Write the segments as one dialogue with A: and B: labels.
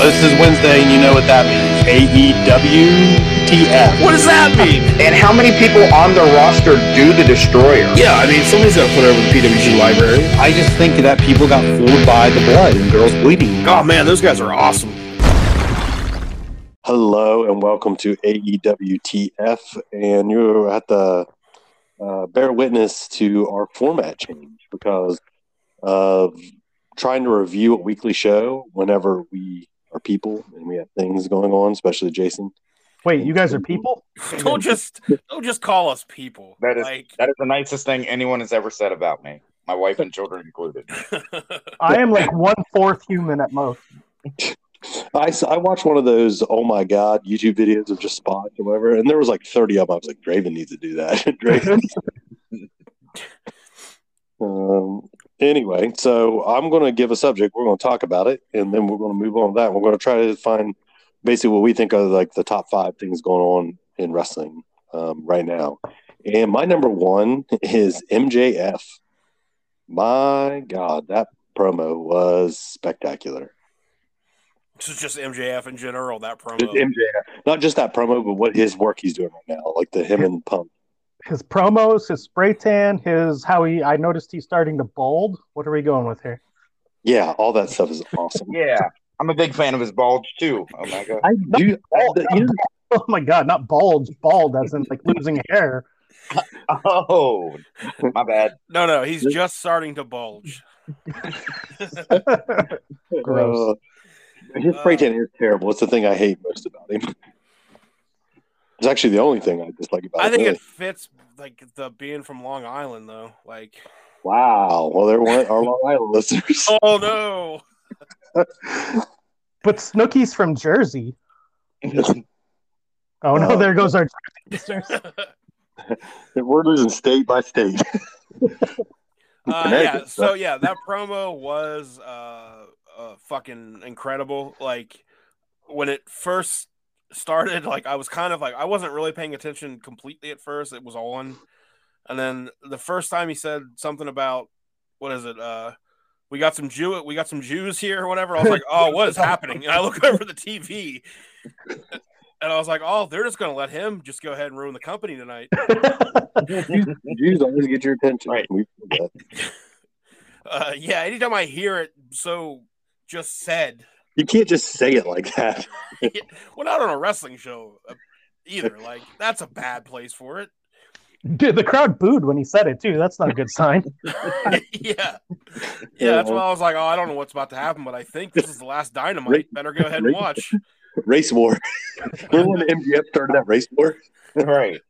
A: This is Wednesday, and you know what that means. E AEWTF.
B: What does that mean?
C: And how many people on the roster do the Destroyer?
B: Yeah, I mean, somebody's got to put over the PWG library.
A: I just think that people got fooled by the blood and girls bleeding.
B: Oh, man, those guys are awesome.
A: Hello, and welcome to E AEWTF. And you're at the uh, bear witness to our format change because of trying to review a weekly show whenever we are people and we have things going on, especially Jason.
D: Wait, you guys are people?
E: Don't just don't just call us people.
F: That is
E: like
F: that is the nicest thing anyone has ever said about me, my wife and children included.
D: I am like one fourth human at most.
A: I, s- I watched one of those, oh my God, YouTube videos of just spots or whatever, and there was like 30 of them. I was like, Draven needs to do that. Draven. um, anyway, so I'm going to give a subject. We're going to talk about it, and then we're going to move on to that. We're going to try to find basically what we think are like the top five things going on in wrestling um, right now. And my number one is MJF. My God, that promo was spectacular.
E: this is just MJF in general. That
A: Just
E: promo.
A: MJF. Not just that promo, but what his work he's doing right now, like the him and Pump.
D: His promos, his spray tan, his how he. I noticed he's starting to bald. What are we going with here?
A: Yeah, all that stuff is awesome.
F: Yeah, I'm a big fan of his bulge too. Oh my god,
A: I do. I,
D: Bald, not bald. oh my god, not bulge, bald as in like losing hair.
F: oh my bad.
E: No, no, he's just starting to bulge.
D: Gross.
A: Uh, his spray tan is terrible. It's the thing I hate most about him. It's actually the only thing I dislike about
E: I
A: him.
E: think
A: really.
E: it fits like the being from Long Island though. Like,
A: Wow. Well, there weren't our Long Island listeners.
E: oh no,
D: But Snooky's from Jersey. Oh no,
A: Uh,
D: there goes our listeners.
A: We're losing state by state.
E: uh, yeah.
A: Connecticut.
E: So yeah, that promo was uh, uh, fucking incredible. Like when it first started, like I was kind of like I wasn't really paying attention completely at first. It was on, and then the first time he said something about what is it? Uh, we got some Jew, we got some Jews here or whatever. I was like, oh, what is happening? And I look over the TV. And I was like, "Oh, they're just gonna let him just go ahead and ruin the company tonight."
A: Jews always get your attention.
F: Right.
A: We feel that.
E: Uh, yeah, anytime I hear it, so just said,
A: You can't just say it like that.
E: Well, not on a wrestling show uh, either. Like that's a bad place for it.
D: Dude, the crowd booed when he said it too. That's not a good sign.
E: yeah, yeah. That's why I was like, oh, I don't know what's about to happen, but I think this is the last dynamite.
A: Rick-
E: Better go ahead and
A: Rick-
E: watch.
A: Race war. Remember when MGF started that race war?
F: Right.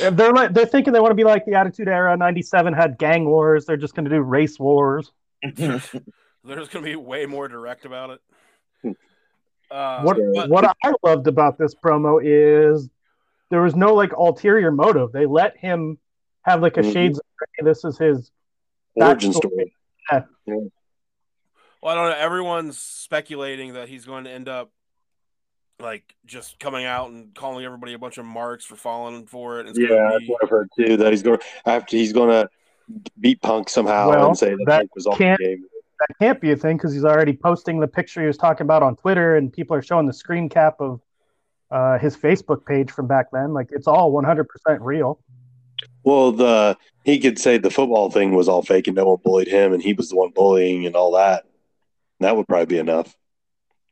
D: And They're like they're thinking they want to be like the Attitude Era '97 had gang wars. They're just going to do race wars.
E: There's gonna be way more direct about it. Uh,
D: what
E: but-
D: what I loved about this promo is there was no like ulterior motive. They let him have like a
A: Mhm.
D: shades. Of gray. This is his.
A: Origin
D: That's the-
A: story.
E: Well, I don't know. Everyone's speculating that he's going to end up like just coming out and calling everybody a bunch of marks for falling for it. It's gonna
A: Yeah, that's
E: be-
A: what I've heard too. That he's going after he's going to beat Punk somehow
D: Well,
A: and say that,
D: that
A: Punk was off the
D: can't-
A: game.
D: That can't be a thing because he's already posting the picture he was talking about on Twitter, and people are showing the screen cap of uh, his Facebook page from back then. Like it's all 100% real.
A: Well, the he could say the football thing was all fake and no one bullied him, and he was the one bullying and all that. And that would probably be enough.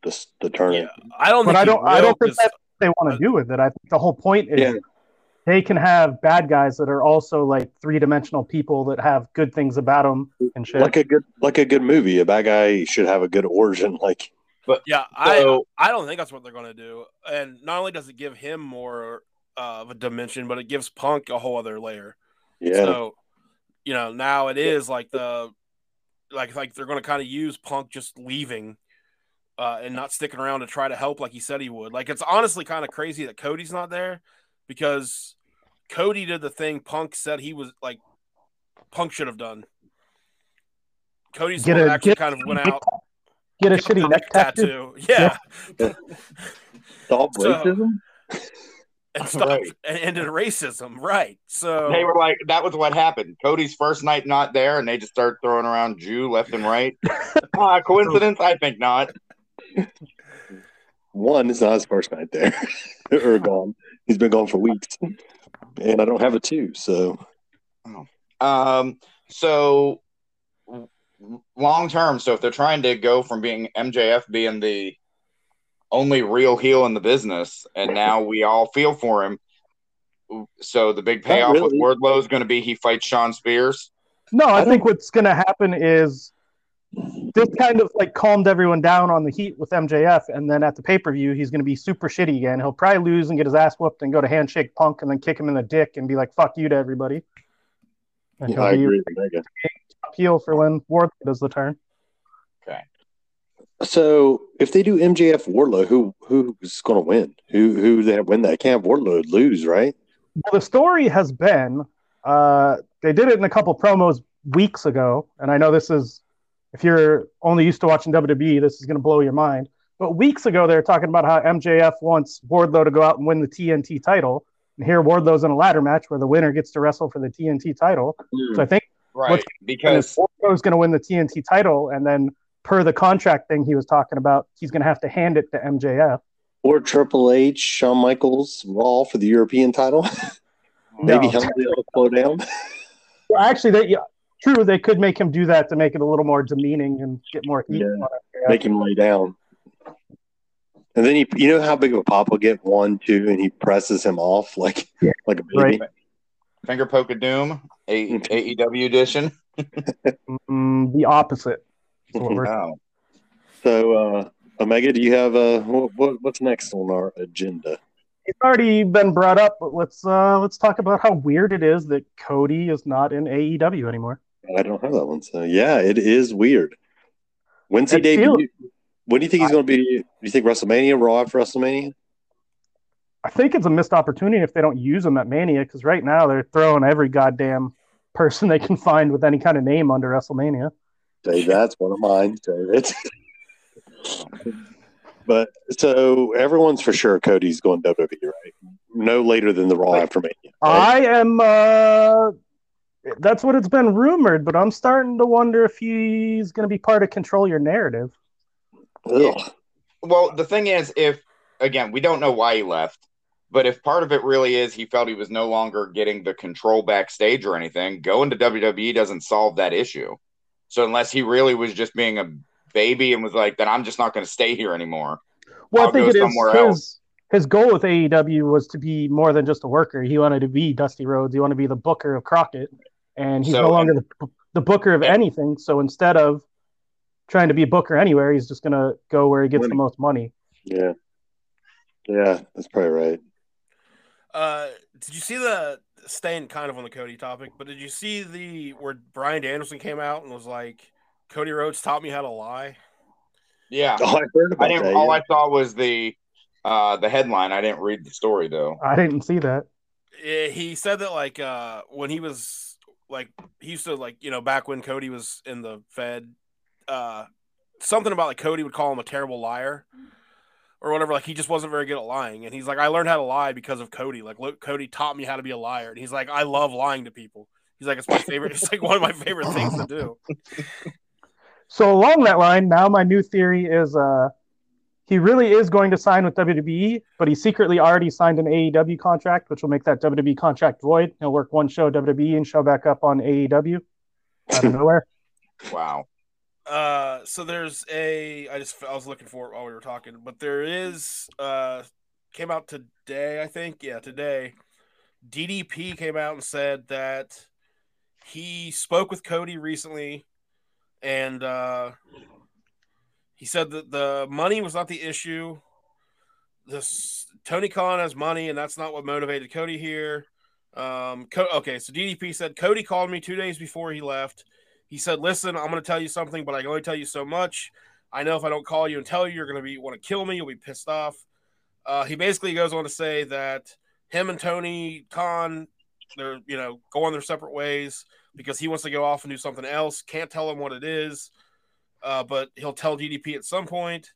A: Just to turn
E: Yeah,
A: it.
E: I don't.
D: But
E: think
D: I
E: he
D: don't- I
E: will,
D: don't think
E: 'cause-
D: that- What they want to do with it. I think the whole point is
A: Uh, Yeah.
D: they can have bad guys that are also like three dimensional people that have good things about them and shit.
A: like a good like a good movie. A bad guy should have a good origin. Like
E: Yeah, I
F: So
E: I don't think that's what they're going to do. And not only does it give him more uh, of a dimension, but it gives Punk a whole other layer.
A: yeah,
E: So, you know, now it is like the like like they're going to kind of use Punk just leaving uh, and not sticking around to try to help like he said he would. Like it's honestly kind of crazy that Cody's not there because Cody did the thing Punk said he was like Punk should have done. Cody's the
D: Get
E: one
D: a-
E: that actually
D: get
E: kind of went
D: neck-
E: out.
D: Get a shitty neck tattoo.
E: Yeah.
A: It's all
E: so-
A: racism.
E: and stuff
F: Right.
E: and ended racism. Right. So
F: They were like, that was what happened. Cody's first night not there, and they just start throwing around Jew left and right. Ah, coincidence? I think not.
A: One, it's not his first night there or gone. He's been gone for weeks, and I don't have a two. So
F: Um, so w- long term, so if they're trying to go from being MJF being the only real heel in the business, and now we all feel for him. So the big payoff
A: really.
F: with Wardlow is going to be he fights Sean Spears.
D: No, I,
A: I
D: think what's going to happen is this kind of like calmed everyone down on the heat with MJF, and then at the pay per view, he's going to be super shitty again. He'll probably lose and get his ass whooped and go to handshake Punk and then kick him in the dick and be like "fuck you" to everybody. And
A: I
D: he'll be
A: agree with Omega.
D: top heel for when Wardlow does the turn.
A: So if they do MJF Wardlow, who who's going to win? Who who they have win that? Can't have Wardlow lose, right?
D: Well, the story has been uh, they did it in a couple promos weeks ago, and I know this is if you're only used to watching WWE, this is going to blow your mind. But weeks ago, they were talking about how MJF wants Wardlow to go out and win the TNT title, and here Wardlow's in a ladder match where the winner gets to wrestle for the TNT title. So I think
F: Right.
D: What's- and if
F: because
D: Wardlow's going to win the TNT title, and then per the contract thing he was talking about, he's going to have to hand it to MJF.
A: Or Triple H, Shawn Michaels, Raw for the European title? Maybe
D: No.
A: Helmsley will slow down.
D: Well, actually, they yeah, true. They could make him do that to make it a little more demeaning and get more heat.
A: Yeah.
D: on it.
A: make him lay down. And then you, you know how big of a pop will get one, two, and he presses him off like like a baby.
F: Finger Poke of Doom, a- AEW edition.
D: Mm, the opposite. is what we're-
F: Oh.
A: So uh, Omega, do you have uh, what, what what's next on our agenda?
D: It's already been brought up, but let's uh, let's talk about how weird it is that Cody is not in AEW anymore.
A: I don't have that one. So yeah, it is weird. When's he
D: It feels-
A: debut? When do you think he's going to be? Do you think WrestleMania, Raw after WrestleMania?
D: I think it's a missed opportunity if they don't use him at Mania because right now they're throwing every goddamn person they can find with any kind of name under WrestleMania.
A: Dave, that's one of mine. Dave, it's- but so everyone's for sure Cody's going WWE, right? No later than the Raw after Mania. right?
D: I am. Uh, that's what it's been rumored, but I'm starting to wonder if he's going to be part of Control Your Narrative.
A: Ugh.
F: Well, the thing is, if again, we don't know why he left, but if part of it really is he felt he was no longer getting the control backstage or anything, going to WWE doesn't solve that issue. So unless he really was just being a baby and was like, then I'm just not going to stay here anymore.
D: Well, I
F: I'll
D: think
F: go
D: it is
F: somewhere
D: his,
F: else.
D: his goal with AEW was to be more than just a worker. He wanted to be Dusty Rhodes. He wanted to be the booker of Crockett, and he's
F: So-
D: no longer the, the booker of anything. So instead of trying to be a booker anywhere, he's just going to go where he gets the
A: Money.
D: most money.
A: Yeah. Yeah, that's probably right.
E: Uh, did you see the staying kind of on the Cody topic? But did you see the where Brian Danielson came out and was like, "Cody Rhodes taught me how to lie."
F: Yeah,
A: Oh, I heard
F: I
A: about
F: didn't.
A: that.
F: All
A: yeah.
F: I saw was the uh, the headline. I didn't read the story though.
D: I didn't see that.
E: Eh, He said that like uh when he was like he used to like you know back when Cody was in the Fed, uh, something about like Cody would call him a terrible liar. Or whatever, like he just wasn't very good at lying, and he's like, I learned how to lie because of Cody. Like, look, Cody taught me how to be a liar, and he's like, I love lying to people. He's like, it's my favorite. It's like one of my favorite things to do.
D: So along that line, now my new theory is uh, he really is going to sign with WWE, but he secretly already signed an AEW contract, which will make that WWE contract void. He'll work one show WWE E and show back up on AEW out of nowhere.
F: Wow.
E: Uh, so there's a I just I was looking for it while we were talking, but there is uh came out today, I think. Yeah, today. DDP came out and said that he spoke with Cody recently and uh he said that the money was not the issue. This Tony Khan has money, and that's not what motivated Cody here. Um, Co- okay, so DDP said Cody called me two days before he left. He said, "Listen, I'm going to tell you something, but I can only tell you so much. I know if I don't call you and tell you, you're going to be want to kill me. You'll be pissed off." Uh, he basically goes on to say that him and Tony Khan, they're you know going their separate ways because he wants to go off and do something else. Can't tell him what it is, uh, but he'll tell DDP at some point.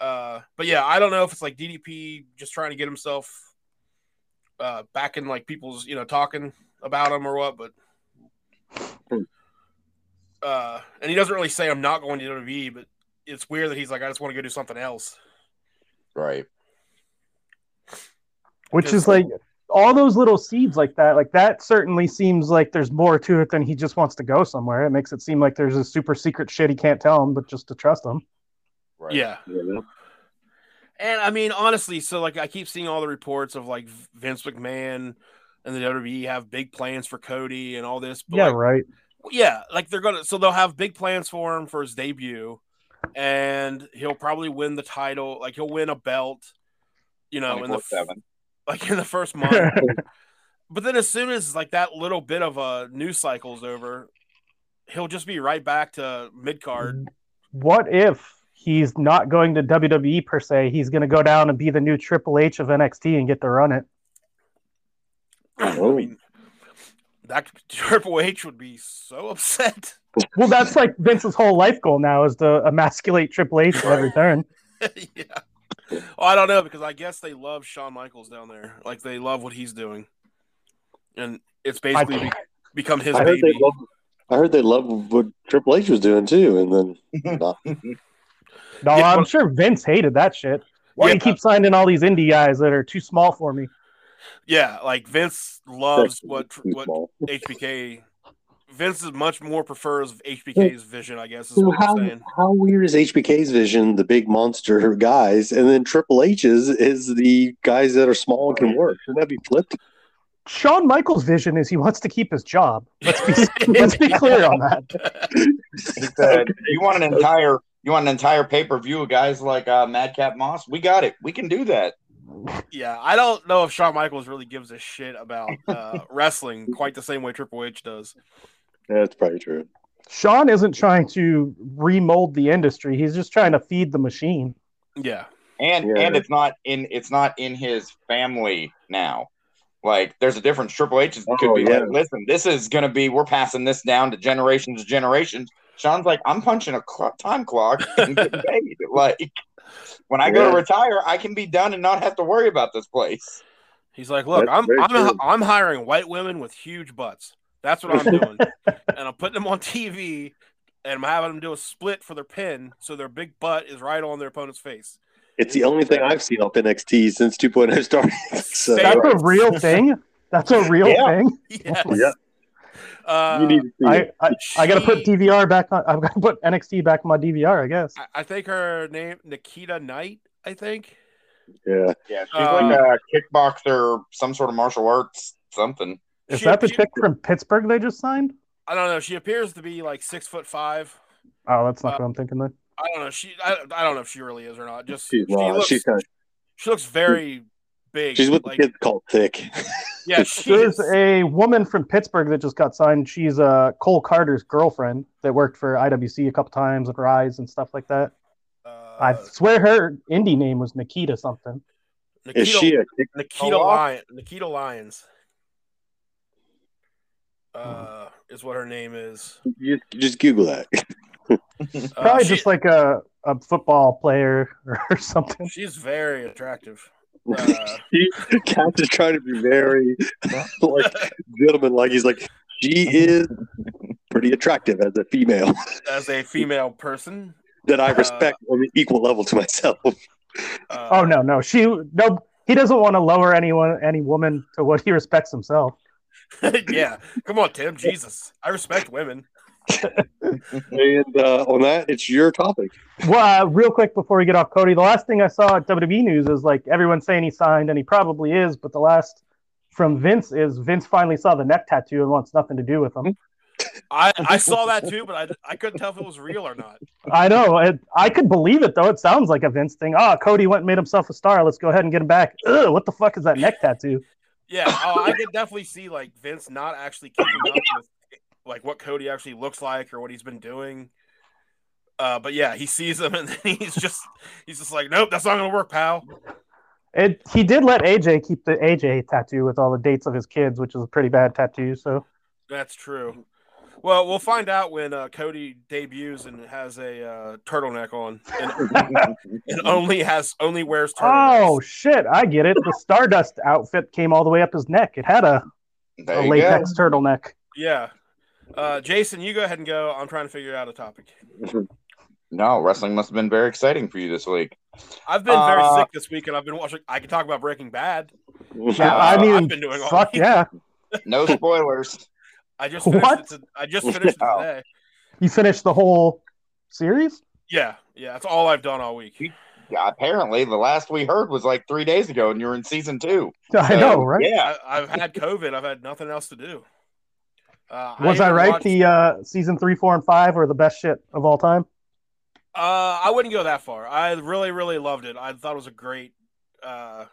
E: Uh, but yeah, I don't know if it's like DDP just trying to get himself uh, back in like people's you know talking about him or what, but uh, E," and he doesn't really say I'm not going to WWE, but it's weird that he's like, I just want to go do something else.
F: right?
D: which
E: Just
D: is like all those little seeds like that like that certainly seems like there's more to it than he just wants to go somewhere it makes it seem like there's a super secret shit he can't tell him but just to trust him
F: Right.
E: Yeah. And I mean, honestly, so like I keep seeing all the reports of like Vince McMahon and the WWE have big plans for Cody and all this. But
D: yeah
E: like,
D: right
E: yeah, like they're gonna so they'll have big plans for him for his debut, and he'll probably win the title. Like he'll win a belt, you know, in the f-
F: 24/7.
E: like in the first month. but then as soon as like that little bit of a news cycle's over, he'll just be right back to mid card.
D: Mm-hmm. what if he's not going to wwe per se he's going to go down and be the new triple h of nxt and get to run it
E: I mean, that could- Triple H would be so upset.
D: well that's like vince's whole life goal now is to emasculate triple h at every turn
E: yeah. Well, I don't know because I guess they love Shawn Michaels down there. Like they love what he's doing, and it's basically be- become his
A: I heard
E: baby.
A: they love. I heard they loved what Triple H was doing too, and then
D: no
E: Yeah,
D: i'm
E: well-
D: sure vince hated that shit why do you
E: Yeah.
D: keep signing all these indie guys that are too small for me
E: yeah, like Vince loves what
A: Too
E: what
A: small.
E: HBK. Vince is much more prefers HBK's vision, I guess. Is
A: So
E: what
A: how,
E: I'm saying.
A: how weird is HBK's vision, the big monster guys, and then Triple H's is the guys that are small and can work? Shouldn't that be flipped?
D: Shawn Michaels' vision is he wants to keep his job. Let's be let's be clear on that.
F: He said, "You want an entire you want an entire pay per view of guys like uh, Madcap Moss? We got it. We can do that.
E: Yeah, I don't know if Shawn Michaels really gives a shit about uh, wrestling quite the same way Triple H does.
A: Yeah, that's probably true.
D: Shawn isn't trying to remold the industry. He's just trying to feed the machine.
E: Yeah,
F: And
A: Yeah.
F: and it's not in it's not in his family now. Like there's a difference. Triple H is- could
A: Oh,
F: be
A: yeah.
F: like, listen, this is gonna be we're passing this down to generations to generations. Sean's like, I'm punching a cl- time clock and getting paid. Like when I go
A: Yeah.
F: to retire, I can be done and not have to worry about this place.
E: he's like, look,
A: That's
E: I'm
A: very
E: I'm,
A: true.
E: I'm hiring white women with huge butts. That's what I'm doing, and I'm putting them on TV, and I'm having them do a split for their pin, so their big butt is right on their opponent's face.
A: It's the only thing I've seen up NXT since 2.0 started. so
E: Fair.
D: That's a real thing. That's a real
F: Yeah.
D: thing.
E: Yes.
A: Yeah.
E: Uh,
A: you need to see it.
D: I, I, I gotta put
E: she-
D: DVR back on. I'm gonna put NXT back on my DVR. I guess.
E: I- I think her name Nikita Knight. I think.
A: Yeah.
F: Yeah, she's
E: Um,
F: like a Uh, kickboxer, some sort of martial arts, something.
D: Is
E: She-
D: that the
E: she-
D: chick from Pittsburgh they just signed?
E: I don't know. She appears to be like six foot five.
D: Oh, that's not
E: Uh,
D: what I'm thinking. Then
E: I don't know. She. I, I don't know if she really is or not. Just
A: She's
E: she
A: not.
E: looks.
A: she's, kind
E: she looks very big.
A: of, she's with
E: like,
A: the kids called Thick.
E: Yeah, she
D: there's
E: is.
D: a woman from Pittsburgh that just got signed. She's uh, Cole Carter's girlfriend that worked for IWC a couple times and Rise and stuff like that.
E: uh,
D: I swear her indie name was Nikita something.
E: Nikita,
A: Is she a kick?
E: Nikita
F: Olaf?
E: Lion? Nikita Lyons. Uh,
D: Hmm.
E: is what her name is.
A: You, you just Google that.
E: Uh,
D: Probably
E: she-
D: just like a, a football player or something.
E: she's very attractive. Uh,
A: Cat's is trying to be very like gentleman. Like he's like she is pretty attractive as a female
E: as a female person.
A: that I respect on the equal level to myself.
E: Uh,
D: Oh no, no, she no. He doesn't want to lower anyone, any woman, to what he respects himself.
E: yeah, come on, Tim. Jesus, I respect women.
A: And uh, on that, it's your topic.
D: Well, uh, real quick before we get off Cody, the last thing I saw at WWE news is like everyone's saying he signed, and he probably is. But the last from Vince is Vince finally saw the neck tattoo and wants nothing to do with him.
E: I, I saw that too, but I, I couldn't tell if it was real or not.
D: I know. It, I could believe it though. It sounds like a Vince thing. Ah, Cody went and made himself a star. Let's go ahead and get him back. Ugh, what the fuck is that neck tattoo?
E: Yeah, oh, I could definitely see like Vince not actually keeping up with like what Cody actually looks like or what he's been doing. Uh, but yeah, he sees him and then he's just he's just like, nope, that's not gonna work, pal.
D: It, he did let AJ keep the AJ tattoo with all the dates of his kids, which is a pretty bad tattoo. So
E: That's true. Well, we'll find out when uh, Cody debuts and has a uh, turtleneck on, and, and only has only wears turtlenecks.
D: oh shit, I get it. The Stardust outfit came all the way up his neck. It had a, a
F: There you go.
D: latex turtleneck.
E: yeah. Uh, Jason, you go ahead and go. I'm trying to figure out a topic.
F: No, wrestling must have been very exciting for you this week.
E: I've been very
F: Uh,
E: sick this week, and I've been watching. I can talk about Breaking Bad.
D: Yeah,
F: Uh,
D: I mean,
E: I've been doing all
D: fuck
E: week.
D: yeah.
F: No spoilers.
E: I just finished
D: What?
E: It to, I just finished it
F: Oh.
E: today.
D: You finished the whole series?
E: Yeah, yeah. That's all I've done all week.
F: Yeah, apparently, the last we heard was like three days ago, and you're in season two.
D: I
F: So,
D: know, right?
F: Yeah,
E: I, I've had COVID. I've had nothing else to do. Uh,
D: Was I
E: even
D: right?
E: watched-
D: The uh, season three, four, and five are the best shit of all time.
E: Uh, I wouldn't go that far. I really, really loved it. I thought it was a great. Uh,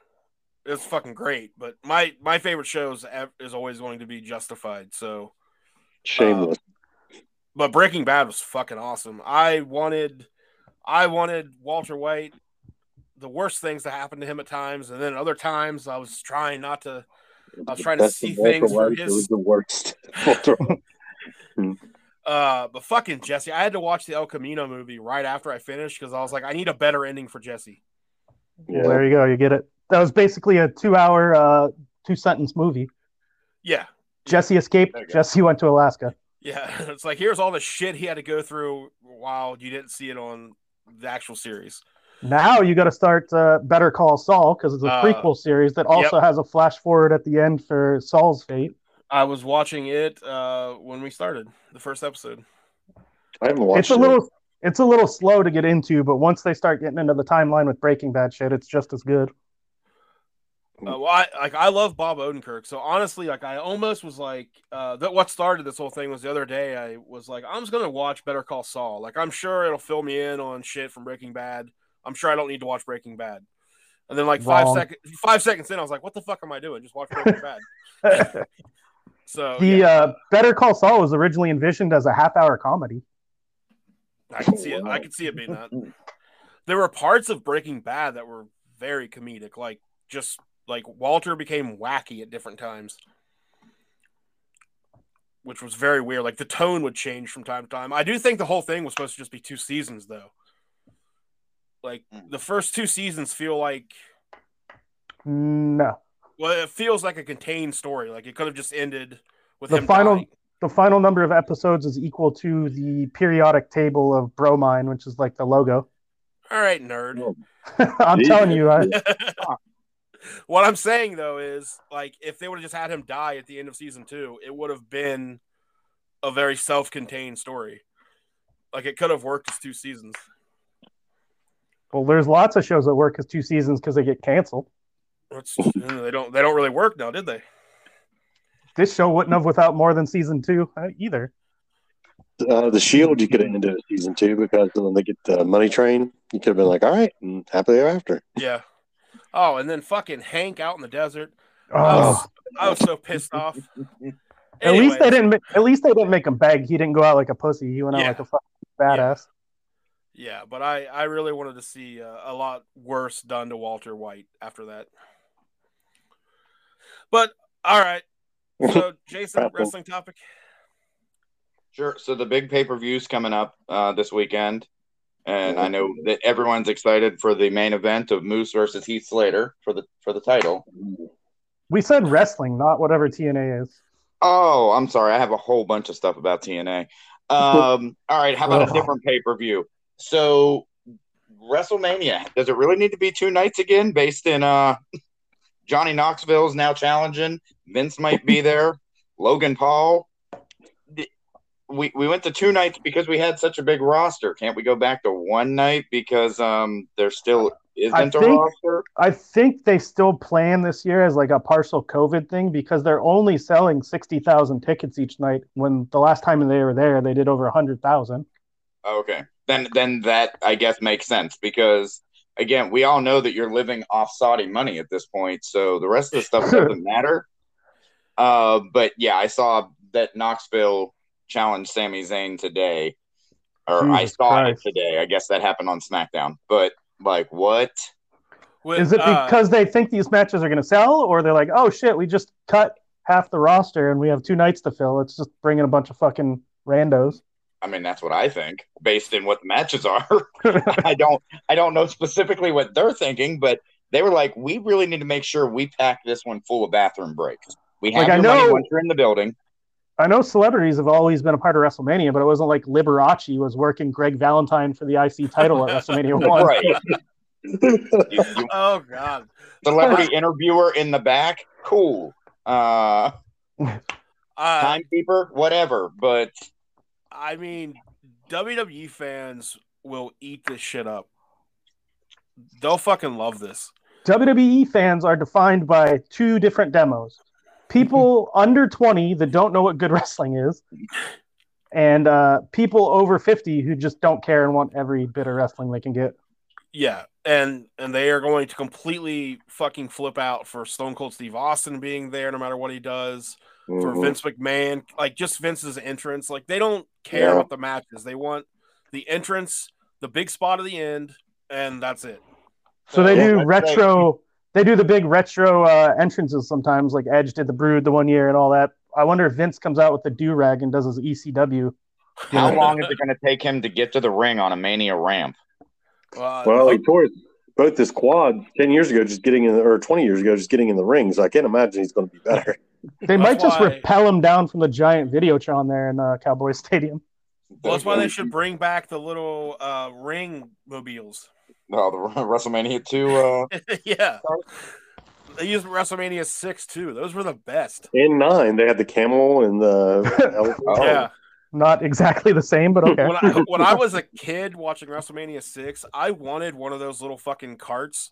E: it was fucking great. But my my favorite shows ev- is always going to be Justified. So,
A: Shameless.
E: Uh, but Breaking Bad was fucking awesome. I wanted, I wanted Walter White. The worst things to happen to him at times, and then other times I was trying not to. I was trying to
A: That's
E: see
A: the Walter
E: things for
A: White, It
E: his-
A: was the worst. Walter White.
E: Uh, but fucking Jesse, I had to watch the El Camino movie right after I finished because I was like, I need a better ending for Jesse.
D: Well, there you go. You get it. That was basically a two-hour, uh, two-sentence movie.
E: Yeah,
D: Jesse escaped.
F: There you go.
D: Jesse went to Alaska.
E: Yeah, it's like here's all the shit he had to go through while you didn't see it on the actual series.
D: Now you got to start uh, Better Call Saul because it's a
E: Uh,
D: prequel series that also has a flash forward at the end for Saul's fate.
E: I was watching it uh, when we started the first episode.
A: I haven't watched.
D: it's a
A: it.
D: little, it's a little slow to get into, but once they start getting into the timeline with Breaking Bad shit, it's just as good.
E: Uh, well, I, like I love Bob Odenkirk, so honestly, like I almost was like uh, that. What started this whole thing was the other day. I was like, I'm just gonna watch Better Call Saul. Like I'm sure it'll fill me in on shit from Breaking Bad. I'm sure I don't need to watch Breaking Bad. And then like five
D: Wrong.
E: seconds, five seconds in, I was like, what the fuck am I doing? Just watch Breaking Bad. Oh,
D: the
E: So
D: uh, Better Call Saul was originally envisioned as a half-hour comedy.
E: I can see it. I can see it being that. There were parts of Breaking Bad that were very comedic, like just like Walter became wacky at different times, which was very weird. Like the tone would change from time to time. I do think the whole thing was supposed to just be two seasons, though. Like
D: Hmm.
E: the first two seasons feel like
D: No,
E: well, it feels like a contained story. Like it could have just ended with
D: The
E: him
D: final-
E: dying.
D: the final number of episodes is equal to the periodic table of Bromine, which is like the logo.
E: All right, nerd.
D: I'm telling you, I,
E: what I'm saying though is like if they would have just had him die at the end of season two, it would have been a very self-contained story. Like it could have worked as two seasons.
D: well, there's lots of shows that work as two seasons because they get canceled.
E: That's- they don't they don't really work now, did they?
D: This show wouldn't have without more than season two uh, either.
A: Uh, the Shield, you could have ended it season two because when they get the money train, you could have been like, all right, and happily ever after.
E: Yeah. Oh, and then fucking Hank out in the desert. I
D: Oh,
E: was, I was so pissed off.
D: at least they
E: Anyways,
D: didn't. ma- At least they didn't make him beg. He didn't go out like a pussy. He went out
E: Yeah.
D: like a fucking badass.
E: Yeah, but I I really wanted to see uh, a lot worse done to Walter White after that. But all right. So Jason,
A: Grapple.
E: wrestling topic.
F: Sure. So the big pay per views coming up uh, this weekend, and I know that everyone's excited for the main event of Moose versus Heath Slater for the for the title.
D: We said wrestling, not whatever TNA is.
F: Oh, I'm sorry. I have a whole bunch of stuff about TNA. Um, all right. How about a
D: Ugh.
F: different pay per view? So WrestleMania. Does it really need to be two nights again? Based in uh, Johnny Knoxville is now challenging. Vince might be there. Logan Paul. D- We, we went to two nights because we had such a big roster. Can't we go back to one night because um there still isn't a
D: think-
F: roster?
D: I think they still plan this year as like a partial COVID thing because they're only selling sixty thousand tickets each night. When the last time they were there, they did over hundred thousand.
F: Okay. Then then that I guess makes sense because again, we all know that you're living off Saudi money at this point, so the rest of the stuff doesn't matter. Uh, but yeah, I saw that Knoxville challenged Sami Zayn today. Or I
D: Jesus
F: saw
D: Christ.
F: it today. I guess that happened on SmackDown. But like what?
E: With,
D: Is it
E: uh,
D: because they think these matches are going to sell, or they're like, oh shit, we just cut half the roster and we have two nights to fill? Let's just bring in a bunch of fucking randos.
F: I mean, that's what I think, based in what the matches are. I don't I don't know specifically what they're thinking, but they were like, we really need to make sure we pack this one full of bathroom breaks. We have
D: Like, I
F: your money
D: know-
F: once you're in the building.
D: I know celebrities have always been a part of WrestleMania, but it wasn't like Liberace was working Greg Valentine for the IC title at WrestleMania one.
F: Right. You- you-
E: Oh God.
F: celebrity interviewer in the back, cool. Uh,
E: Uh,
F: timekeeper, whatever. But
E: I mean, WWE fans will eat this shit up. They'll fucking love this.
D: WWE E fans are defined by two different demos people under 20 that don't know what good wrestling is, and uh, people over 50 who just don't care and want every bit of wrestling they can get.
E: Yeah, and and they are going to completely fucking flip out for Stone Cold Steve Austin being there, no matter what he does. For
A: Mhm.
E: Vince McMahon, like just Vince's entrance, like they don't care
A: Yeah.
E: about the matches. They want the entrance, the big spot at the end, and that's it.
D: So they
F: Yeah,
D: do
F: I'd
D: retro. They do the big retro uh, entrances sometimes, like Edge did the Brood the one year and all that. I wonder if Vince comes out with the do rag and does his E ECW.
F: how long is it going to take him to get to the ring on a Mania ramp?
E: Uh,
A: Well, he tore his- both his quad ten years ago, just getting in, or twenty years ago, just getting in the ring. So I can't imagine he's going to be better.
D: They might just
E: why-
D: repel him down from the giant Videotron there in uh, Cowboy Stadium.
E: Well, that's why they should bring back the little uh, ring mobiles.
F: Oh, the WrestleMania two. Uh,
E: yeah. They used WrestleMania 6 too. Those were the best.
A: In nine, they had the camel and the elephant.
F: Oh.
E: Yeah.
D: Not exactly the same, but okay.
E: When I, when I was a kid watching WrestleMania 6, I wanted one of those little fucking carts.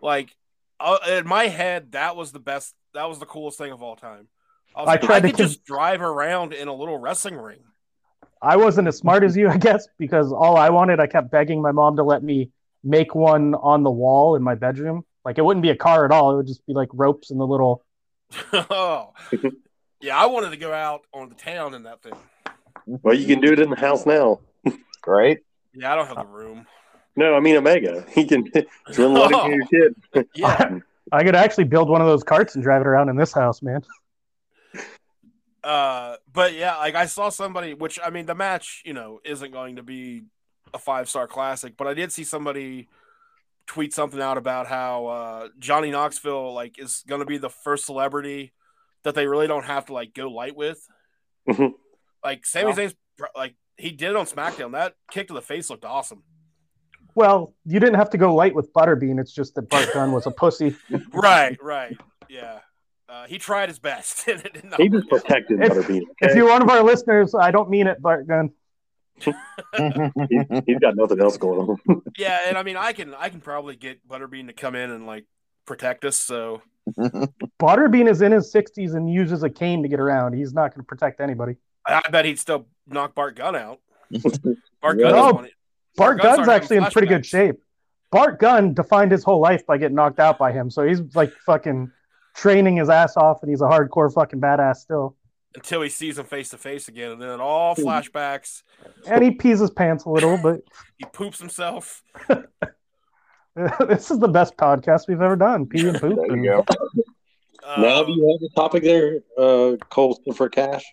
E: Like, uh, in my head, that was the best. That was the coolest thing of all time. I, was
D: I
E: like,
D: tried
E: I
D: to
E: could
D: con-
E: just drive around in a little wrestling ring.
D: I wasn't as smart as you, I guess, because all I wanted, I kept begging my mom to let me make one on the wall in my bedroom. Like it wouldn't be a car at all; it would just be like ropes and the little.
E: oh. Yeah, I wanted to go out on the town in that thing.
A: Well, you can do it in the house now.
F: right?
E: Yeah, I don't have the room.
A: No, I mean Omega. He can. He's been letting your kid.
E: Yeah.
D: I could actually build one of those carts and drive it around in this house, man.
E: Uh, but yeah, like I saw somebody, which I mean, the match, you know, isn't going to be a five star classic, but I did see somebody tweet something out about how uh, Johnny Knoxville like is going to be the first celebrity that they really don't have to like go light with.
A: Mhm.
E: like Sami
F: Wow.
E: Zayn's, pro- like he did it on SmackDown. That kick to the face looked awesome.
D: Well, you didn't have to go light with Butterbean. It's just that Bart Gunn was a pussy.
E: right, right, yeah. Uh, he tried his best, and it did not
A: He just
E: work out.
A: protected
D: If-
A: Butterbean.
D: If
A: Okay?
D: you're one of our listeners, I don't mean it, Bart Gunn.
A: He, has got nothing else going on.
E: Yeah, and I mean, I can I can probably get Butterbean to come in and like protect us. So
D: Butterbean is in his 60s and uses a cane to get around. He's not going to protect anybody.
E: I I bet he'd still knock Bart Gunn out. Bart
A: Yeah.
E: Gunn
D: No,
E: doesn't want it.
D: Bart
E: Gunn's
D: Gunn's
E: already
D: actually in
E: having
D: pretty good
E: flashbacks.
D: shape. Bart Gunn defined his whole life by getting knocked out by him. So he's like fucking training his ass off and he's a hardcore fucking badass still.
E: until he sees him face to face again, and then it all flashbacks.
D: And he pees his pants a little, but
E: He poops himself.
D: this is the best podcast we've ever done. Pee and poop.
F: There you
D: and-
F: go.
E: Uh,
A: now, do you have a topic there, uh, Cole for cash?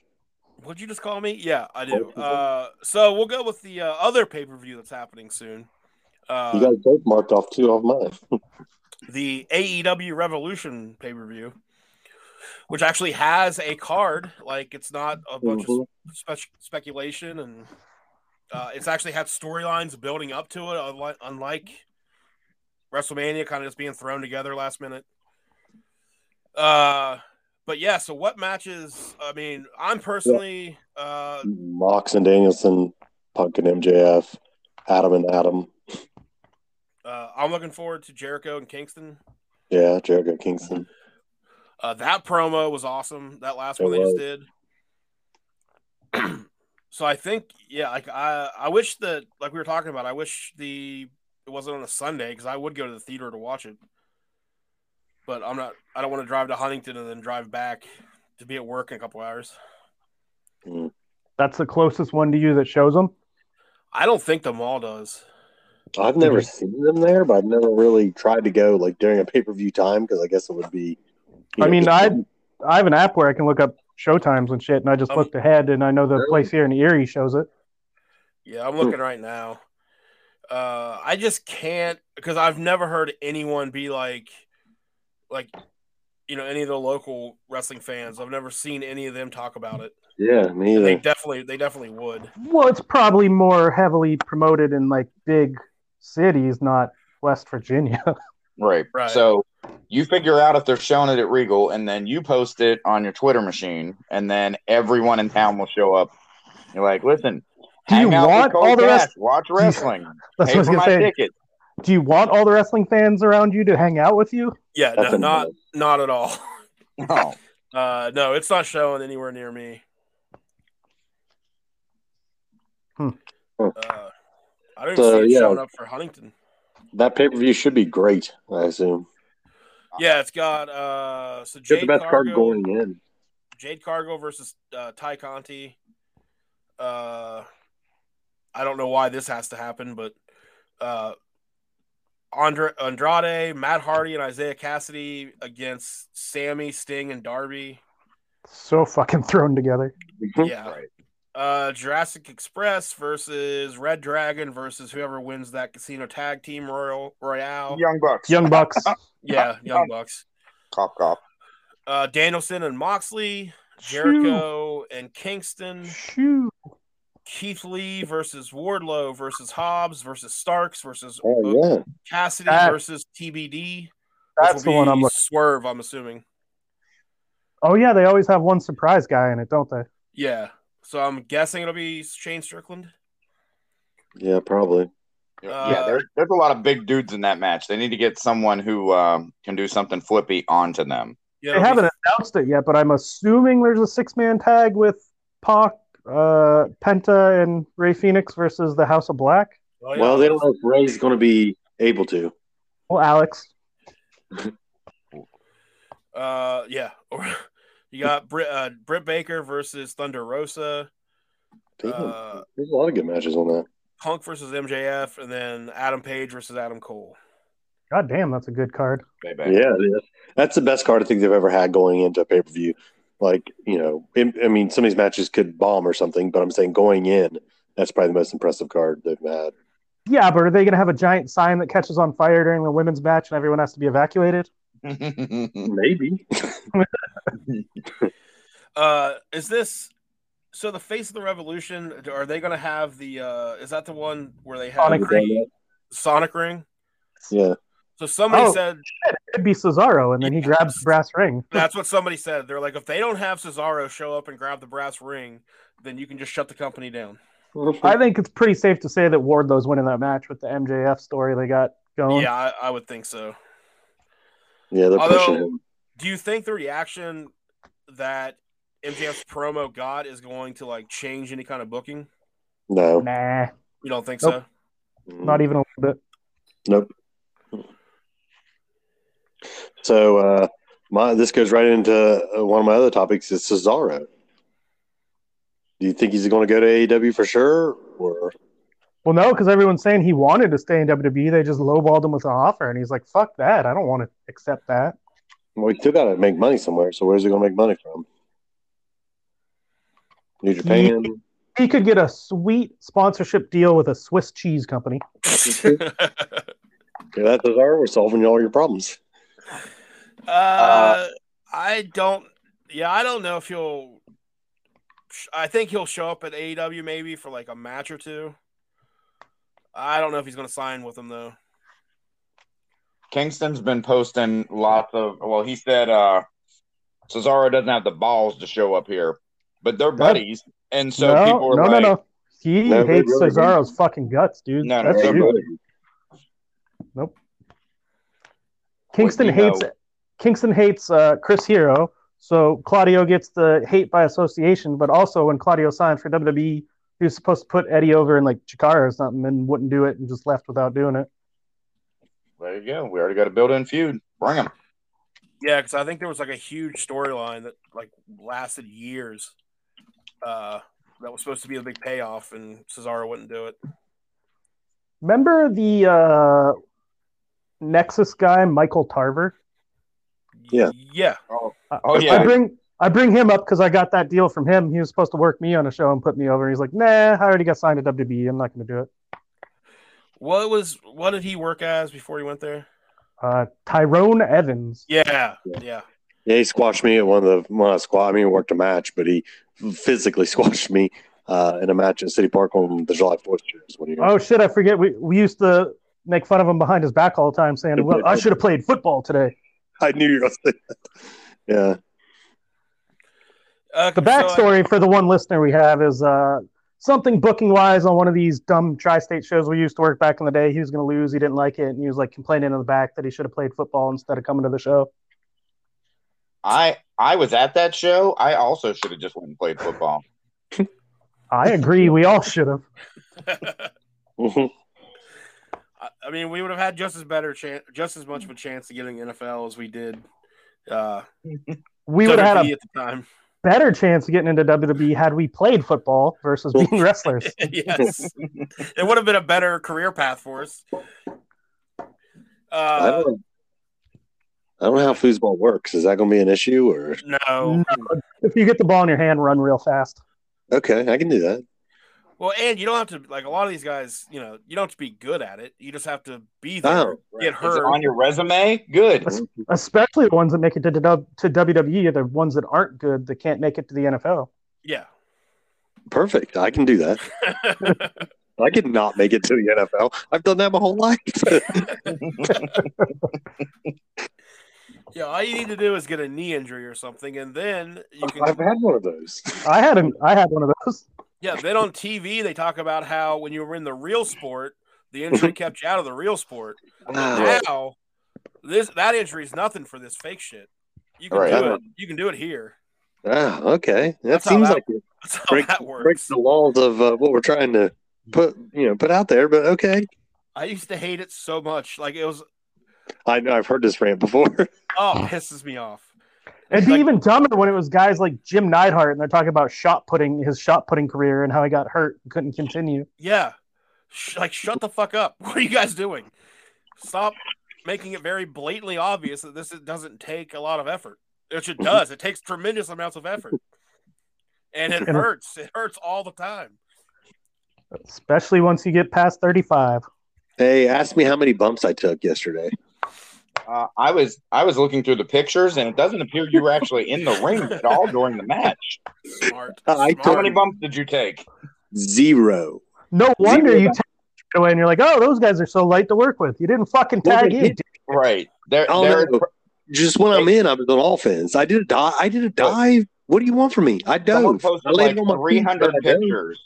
E: What'd you just call me? Yeah, I do. Uh, so we'll go with the uh, other pay per view that's happening soon.
A: You
E: Uh,
A: guys both marked off two of mine.
E: the AEW Revolution pay per view, which actually has a card. Like it's not a bunch
A: Mm-hmm.
E: of spec- speculation and uh, it's actually had storylines building up to it unlike, unlike wrestlemania kind of just being thrown together last minute uh, but yeah so what matches i mean i'm personally uh,
A: Mox and Danielson, Punk and MJF, Adam and Adam.
E: uh, i'm looking forward to jericho and kingston
A: Yeah, Jericho Kingston.
E: uh, that promo was awesome that last
A: It
E: one they just
A: was.
E: did so i think yeah like i i wish that like we were talking about i wish the it wasn't on a sunday because i would go to the theater to watch it but i'm not i don't want to drive to huntington and then drive back to be at work in a couple hours
D: That's the closest one to you that shows them.
E: i don't think the mall does
A: I've never seen them there, but I've never really tried to go like during a pay per view time because I guess it would be. you
D: I
A: know,
D: mean,
A: just-
D: I I have an app where I can look up show times and shit, and I just
E: Um,
D: looked ahead and I know the place here in Erie shows it.
E: yeah i'm looking right now uh i just can't because i've never heard anyone be like like you know any of the local wrestling fans i've never seen any of them talk about it
A: yeah, me
E: they
A: either.
E: definitely they definitely would
D: Well, it's probably more heavily promoted in like big cities, not West Virginia.
F: Right.
E: Right.
F: So you figure out if they're showing it at Regal, and then you post it on your Twitter machine, and then everyone in town will show up. You're like, listen,
D: Do you
F: hang out with
D: want
F: Cole
D: all the
F: Cash,
D: rest?
F: Watch wrestling.
D: That's what I
F: Pay
D: was
F: for
D: gonna
F: my
D: say.
F: ticket.
D: Do you want all the wrestling fans around you to hang out with you?
E: Yeah,
A: That's
E: no,
A: a
E: not
A: no.
E: not at all.
F: No.
D: Oh,
E: Uh, no, it's not showing anywhere near me.
D: Hmm.
A: Huh.
E: Uh, I don't
A: So,
E: see it
A: yeah.
E: showing up for Huntington.
A: That pay per view should be great, I assume.
E: Yeah, it's got uh, so
A: Get
E: Jade
A: the best card
E: Cargo,
A: going in.
E: Jade Cargo versus uh, Ty Conti. Uh, I don't know why this has to happen, but uh, Andre Andrade, Matt Hardy, and Isaiah Cassidy against Sammy, Sting, and Darby.
D: So fucking thrown together.
E: Yeah.
F: Right.
E: Uh, Jurassic Express versus Red Dragon versus whoever wins that casino tag team royal royale.
F: Young Bucks.
D: Young Bucks,
E: Yeah, Young Bucks.
F: Cough, cough.
E: Uh, Danielson and Moxley, Jericho and Kingston,
D: Shoo.
E: Keith Lee versus Wardlow versus Hobbs versus Starks versus uh,
A: Oh yeah.
E: Cassidy
D: That-
E: versus TBD. which
D: That's the
E: will
D: one
E: be
D: I'm looking.
E: Swerve, I'm assuming.
D: Oh yeah, they always have one surprise guy in it, don't they?
E: Yeah. So I'm guessing it'll be Shane Strickland.
A: Yeah, probably.
F: yeah, there, there's a lot of big dudes in that match. They need to get someone who um, can do something flippy onto them.
E: Yeah,
D: They
E: it'll be-
D: haven't announced it yet, but I'm assuming there's a six man tag with Pac, uh, Penta, and Ray Phoenix versus the House of Black.
E: Oh, yeah.
A: Well, they don't know if Ray's going to be able to.
D: Well, Alex,
E: Uh, yeah. Or you got Britt uh, Britt Baker versus Thunder Rosa,
A: Damn.
E: Uh,
A: There's a lot of good matches on that.
E: Punk versus MJF, and then Adam Page versus Adam Cole.
D: God damn, that's a good card.
F: Baby.
A: Yeah, it is. that's the best card I think they've ever had going into a pay per view. Like you know, I I mean, some of these matches could bomb or something, but I'm saying going in, that's probably the most impressive card they've had.
D: Yeah, but are they gonna have a giant sign that catches on fire during the women's match and everyone has to be evacuated?
A: Maybe.
E: Uh, is this so? The face of the revolution? Are they going to have the? uh Is that the one where they have
D: Sonic
E: the Sonic ring?
A: Yeah.
E: So somebody
D: Oh.
E: said
D: It'd be Cesaro, and then he grabs the brass ring.
E: that's what somebody said. They're like, if they don't have Cesaro show up and grab the brass ring, then you can just shut the company down.
D: I think it's pretty safe to say that Wardlow's winning that match with the MJF story they got going.
E: Yeah, I, I would think so.
A: yeah, they're
E: Although-
A: pushing him.
E: do you think the reaction that MJF's promo got is going to like change any kind of booking?
A: No, Mm.
D: Nah,
E: You don't think
D: Nope. not even a little bit.
A: So uh, my this goes right into uh, one of my other topics is Cesaro. Do you think he's going to go to AEW for sure? Or
D: Well, no, because everyone's saying he wanted to stay in WWE. They just lowballed him with an offer, and he's like, "Fuck that! I don't want to accept that."
A: well, we still got to make money somewhere. So where's he going to make money from? New Japan.
D: He could get a sweet sponsorship deal with a Swiss cheese company.
E: so?
A: Yeah, that's Cesaro. We're solving all your problems.
E: uh, I don't. Yeah, I don't know if he'll. I think he'll show up at AEW maybe for like a match or two. I don't know if he's going to sign with them though.
F: Kingston's been posting lots of. Well, he said uh, Cesaro doesn't have the balls to show up here, but they're buddies, and so
D: no,
F: people are
D: no,
F: like,
D: no, no. He
A: No, they
D: hates
A: really
D: Cesaro's fucking guts, dude.
F: No, no,
D: That's
F: they
D: you.
F: really-
D: Kingston
F: Well, you
D: hates
F: know.
D: Kingston hates uh, Chris Hero, so Claudio gets the hate by association. But also, when Claudio signed for WWE, he was supposed to put Eddie over in like Chikara or something, and wouldn't do it, and just left without doing it.
F: "There you go. We already got a built-in feud. Bring them."
E: Yeah, because I think there was like a huge storyline that like lasted years. Uh, that was supposed to be a big payoff, and Cesaro wouldn't do it.
D: Remember the uh, Nexus guy, Michael Tarver?
A: Yeah.
E: yeah.
F: Oh
D: I
F: yeah,
D: bring I bring him up because I got that deal from him. He was supposed to work me on a show and put me over. He's like, Nah, I already got signed to WWE. I'm not going to do it.
E: What was what did he work as before he went there?
D: Uh, Tyrone Evans.
E: Yeah,
A: Yeah.
E: yeah.
A: Yeah, he squashed me at one of the one I squat. I mean, we worked a match, but he physically squashed me uh, in a match at City Park on the July Fourth shows. When he
D: Oh shit! I forget. We we used to make fun of him behind his back all the time, saying,
A: Should've
D: "Well,
A: played
D: I should have played football today."
A: I knew you were going to say that. Yeah.
E: Uh,
D: The backstory for the one listener we have is uh, something booking wise on one of these dumb tri-state shows we used to work back in the day. He was going to lose. He didn't like it, and he was like complaining in the back that he should have played football instead of coming to the show.
F: I I was at that show. I also should have just went and played football.
D: I agree. we all should have.
E: So,
A: Mhm.
E: I- I mean, we would have had just as better chance, just as much of a chance of getting NFL as we did. Uh,
D: We would have had
E: WWE
D: a
E: at the time.
D: better chance of getting into WWE had we played football versus being wrestlers.
E: yes, it would have been a better career path for us.
A: I,
E: Uh,
A: don't know. I don't know how foosball works. Is that going to be an issue or?
E: no.
D: If you get the ball in your hand, run real fast.
A: Okay, I can do that.
E: Well, and you don't have to like a lot of these guys. You know, you don't have to be good at it. You just have to be there,
A: Oh,
E: get
F: Is it
E: hurt.
F: on your resume? Good.
D: Especially the ones that make it to, the W- to WWE are the ones that aren't good that can't make it to the NFL.
E: Yeah.
A: Perfect. I can do that. I could not make it to the NFL. I've done that my whole life.
E: yeah. All you need to do is get a knee injury or something, and then you can
A: I've had one of those.
D: I had an, I had one of those.
E: Yeah, then on TV they talk about how when you were in the real sport, the injury
A: Mm-hmm.
E: kept you out of the real sport.
A: Wow.
E: Now, this that injury is nothing for this fake shit. You can
F: Right.
E: do it. You can do it here.
A: Ah, okay. That
E: That's how
A: seems
E: that
A: like it
E: That's how
A: Break-
E: that
A: breaks
E: works.
A: the laws of uh, what we're trying to put, you know, put out there. But okay,
E: I used to hate it so much. Like it was
A: I know I've heard this rant before.
E: oh it pisses me off.
D: It'd be
E: Like-
D: even dumber when it was guys like Jim Neidhart and they're talking about shot putting his shot putting career and how he got hurt and couldn't continue.
E: Yeah. Sh- like shut the fuck up. What are you guys doing? Stop making it very blatantly obvious that this doesn't take a lot of effort. Which it does. It takes tremendous amounts of effort. And it
D: And-
E: hurts. It hurts all the time.
D: Especially once you get past 35.
A: hey, ask me how many bumps I took yesterday.
F: Uh, I was I was looking through the pictures, and it doesn't appear you were actually in the ring at all during the match.
E: Smart.
A: I
E: Smart.
F: How many bumps did you take?
A: Zero.
D: No wonder
A: Zero.
D: you tag away and you're like, oh, those guys are so light to work with. You didn't fucking
A: Well,
D: tag
A: they
D: in.
A: did.
D: dude.
F: Right there,
A: Oh,
F: there.
A: no. Just when I'm in, I'm on offense. I did a dive. I did a dive. What do you want from me? I
F: Someone
A: dove. I
F: posted like
A: landed on my feet,
F: three hundred
A: but I dove.
F: pictures,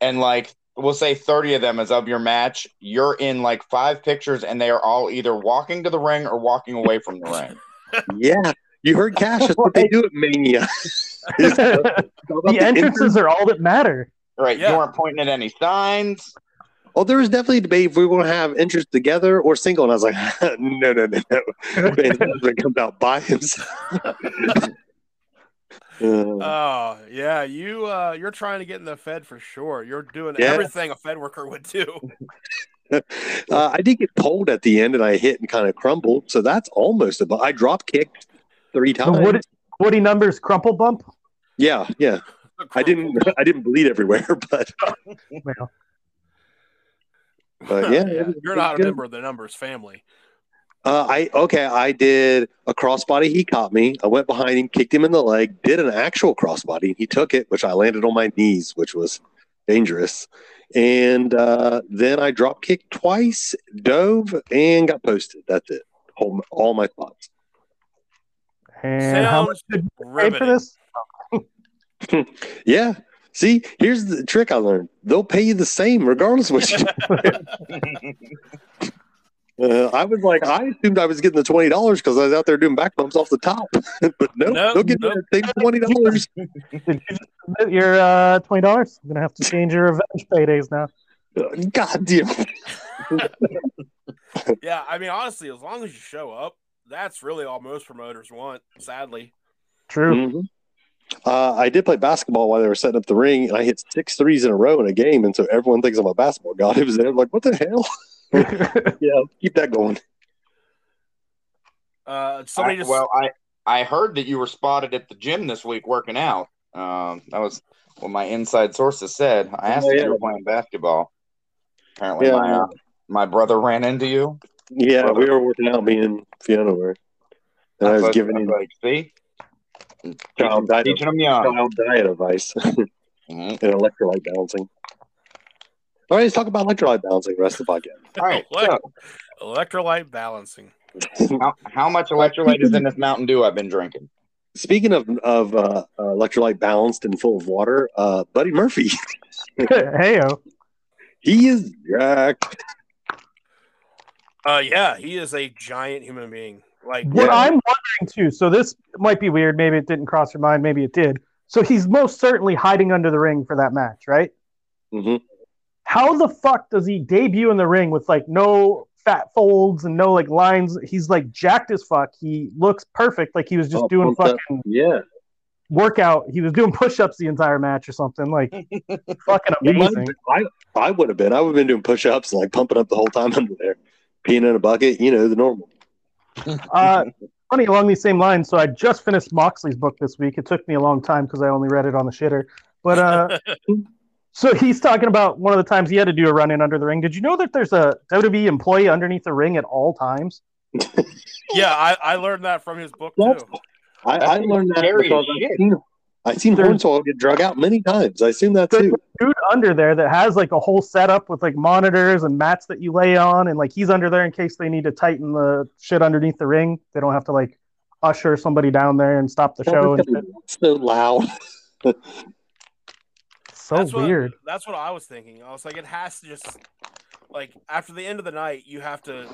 F: and like we'll say thirty of them is of your match. You're in like five pictures, and they are all either walking to the ring or walking away from the ring.
A: Yeah, you heard Cash. That's what they do at Mania. It's all
D: the
A: about
D: entrances are all that matter.
F: Right?
E: Yeah.
F: You weren't pointing at any signs.
A: Oh, there was definitely a debate if we were going to have interest together or single. And I was like, no, no, no, no. Man's husband comes out by himself. Uh,
E: Oh yeah, you uh, you're trying to get in the Fed for sure. You're doing
A: Yeah.
E: everything a Fed worker would do.
A: uh, I did get pulled at the end and I hit and kind of crumbled. So that's almost a bu- I drop kicked three
D: The
A: times.
D: Woody, Woody numbers crumple bump.
A: yeah, yeah. I didn't I didn't bleed everywhere, but,
D: Well,
A: but yeah. it was-
E: you're
A: it was
E: not a
A: good.
E: member of the numbers family.
A: Uh, I okay. I did a crossbody. He caught me. I went behind him, kicked him in the leg, did an actual crossbody. He took it, which I landed on my knees, which was dangerous. And uh, then I drop kicked twice, dove, and got posted. That's it. All, all my spots.
D: and how much did
E: Sounds
D: you pay for
E: riveting.
D: this?
A: Yeah. See, here's the trick I learned. They'll pay you the same regardless of what you do. Uh, I was like, I assumed I was getting the twenty dollars because I was out there doing back bumps off the top, but nope,
E: Nope,
A: they'll give me
E: nope.
A: the same twenty dollars.
D: Did you submit your uh, twenty dollars? I'm gonna have to change your revenge paydays now.
A: God damn.
E: Yeah, I mean honestly, as long as you show up, that's really all most promoters want. Sadly,
D: True.
A: Mhm. Uh, I did play basketball while they were setting up the ring, and I hit six threes in a row in a game, and so everyone thinks I'm a basketball god. It was there, like, what the hell? yeah, keep that going.
E: uh, somebody
F: I-
E: just
F: Well, I I heard that you were spotted at the gym this week working out. Um, that was what my inside sources said. I asked
A: Oh,
F: if
A: yeah.
F: you were playing basketball. Apparently,
A: Yeah.
F: my uh, my brother ran into you.
A: Yeah,
F: Brother.
A: we were working out, me and Fiona were, and I was
F: like-
A: giving
F: I was
A: him
F: like, see,
A: Child
F: teaching,
A: diet.
F: teaching him young.
A: child diet advice
F: Mhm.
A: and electrolyte balancing. All right, let's talk about electrolyte balancing the rest of the podcast.
F: All right.
E: Elec-
F: So,
E: electrolyte balancing.
F: how, how much electrolyte is in this Mountain Dew I've been drinking?
A: Speaking of of uh, uh, electrolyte balanced and full of water, uh, Buddy Murphy, Mm-hmm.
D: Heyo.
A: he is jacked.
E: Uh, yeah, he is a giant human being. Like,
D: What
A: Yeah.
D: I'm wondering too, so this might be weird. Maybe it didn't cross your mind. Maybe it did. So he's most certainly hiding under the ring for that match, right?
A: hmm
D: How the fuck does he debut in the ring with like no fat folds and no like lines? He's like jacked as fuck. He looks perfect, like he was just
A: Oh,
D: doing
A: pumped
D: fucking
A: up. Yeah,
D: workout. He was doing push-ups the entire match or something. Like fucking
A: You might-
D: amazing.
A: I I would have been. I would have been doing push ups and like pumping up the whole time under there, peeing in a bucket. You know the normal.
D: Uh, funny along these same lines. So I just finished Moxley's book this week. It took me a long time because I only read it on the shitter. But uh, so he's talking about one of the times he had to do a run in under the ring. Did you know that there's a WWE employee underneath the ring at all times?
E: yeah, I, I learned that from his book too.
A: That's- I, I learned that
F: Scary
A: because
F: as
A: I've
F: shit.
A: seen, I've seen
D: There's-
A: Hornswoggle get drug out many times. I assume that
D: There's
A: too.
D: a dude under there that has like a whole setup with like monitors and mats that you lay on, and like he's under there in case they need to tighten the shit underneath the ring. They don't have to like usher somebody down there and stop the show. And
E: E.
D: shit.
A: so loud.
D: So
E: that's what,
D: weird.
E: That's what I was thinking. I was like, it has to just like after the end of the night, you have to.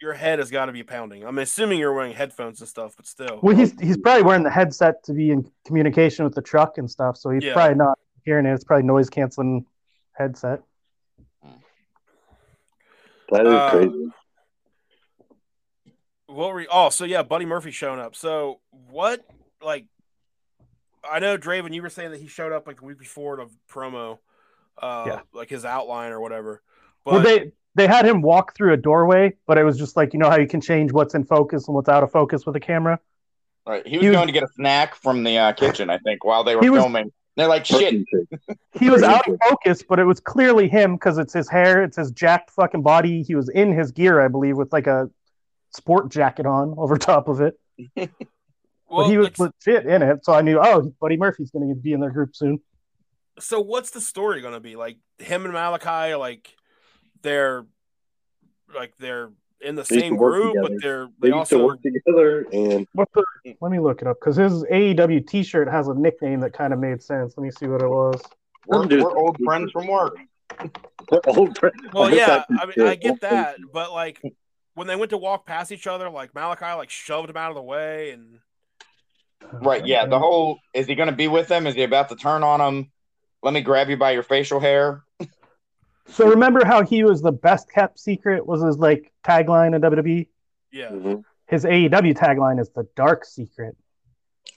E: Your head has got to be pounding. I'm assuming you're wearing headphones and stuff, but still.
D: Well, he's he's probably wearing the headset to be in communication with the truck and stuff, so he's
E: Yeah.
D: probably not hearing it. It's probably noise canceling headset.
A: That is
E: Uh,
A: crazy.
E: What were you, oh, so yeah, Buddy Murphy showing up. So what like I know Draven, you were saying that he showed up like the week before the promo, uh
D: Yeah.
E: like his outline or whatever. But
D: well, they they had him walk through a doorway, but it was just like you know how you can change what's in focus and what's out of focus with a camera.
F: All right. He was
D: You-
F: going to get a snack from the uh, kitchen, I think, while they were
D: He was-
F: filming. They're like, shit.
D: He was out of focus, but it was clearly him because it's his hair, it's his jacked fucking body. He was in his gear, I believe, with like a sport jacket on over top of it.
E: well,
D: but he was
E: like,
D: legit in it, so I knew oh, Buddy Murphy's going to be in their group soon.
E: so what's the story gonna be? Like him and Malachi, like they're like they're in the
A: They used
E: same
A: to work
E: group, but
A: together.
E: they're
A: They
E: they,
A: used to
E: also
A: work together, and
D: What the,
F: Mm.
D: let me look it up because his AEW T-shirt has a nickname that kind of made sense. Let me see what it was.
F: We're,
A: Some dude-
F: we're old friends from work.
A: they're old friends.
E: Well,
A: guess
E: yeah,
A: that's
E: I mean,
A: true.
E: I get that, but like when they went to walk past each other, like Malachi like shoved him out of the way, and
F: Right. Yeah. The whole is he going to be with them? Is he about to turn on them? Let me grab you by your facial hair.
D: So remember how he was the best kept secret was his like tagline in WWE.
E: yeah,
A: Mhm.
D: His AEW tagline is the dark secret.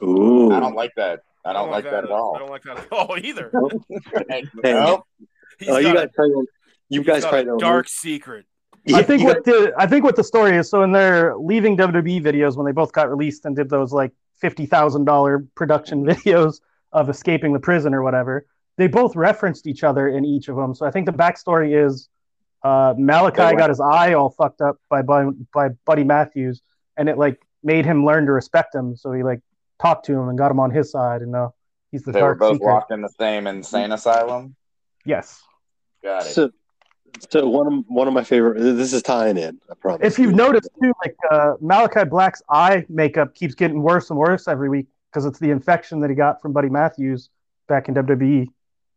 A: Ooh.
F: I don't like that. I don't, like that at
E: I
F: all.
E: don't like that at all either.
A: Hey,
F: Nope.
E: He's
A: oh, you
E: got
A: guys
E: a-
A: probably don't- you
E: he's
A: guys
E: got
A: probably
E: a
A: don't
E: dark secret.
A: Yeah,
D: I think
A: you
D: what the I think what the story is. So in their leaving WWE videos when they both got released and did those like fifty thousand dollar production videos of escaping the prison or whatever, they both referenced each other in each of them. So I think the backstory is uh, Malachi got his eye all fucked up by, by by Buddy Matthews, and it like made him learn to respect him. So he like talked to him and got him on his side, and now he's the
F: They were
D: dark
F: both
D: secret.
F: locked in the same insane asylum.
D: Yes.
F: Got it.
A: So, so one of one of my favorite. This is tying in. I promise.
D: if you've noticed too, like uh, Malachi Black's eye makeup keeps getting worse and worse every week because it's the infection that he got from Buddy Matthews back in WWE.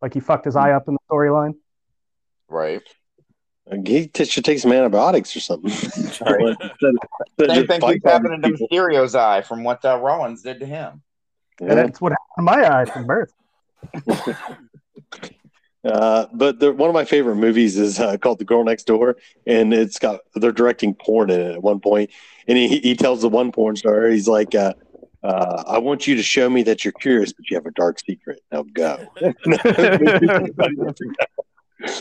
D: Like he fucked his eye up in the storyline.
F: Right.
A: he t- should take some antibiotics or something. Instead- instead of
F: Same
A: just
F: thing
A: fight
F: keeps happening to
A: all these people.
F: Mysterio's eye from what uh, Rollins did to him.
D: And that's what happened to my eye from birth.
A: Uh, but the, one of my favorite movies is uh, called The Girl Next Door, and it's got they're directing porn in it at one point, and he, he tells the one porn star, he's like, uh, uh, "I want you to show me that you're curious, but you have a dark secret. Now go."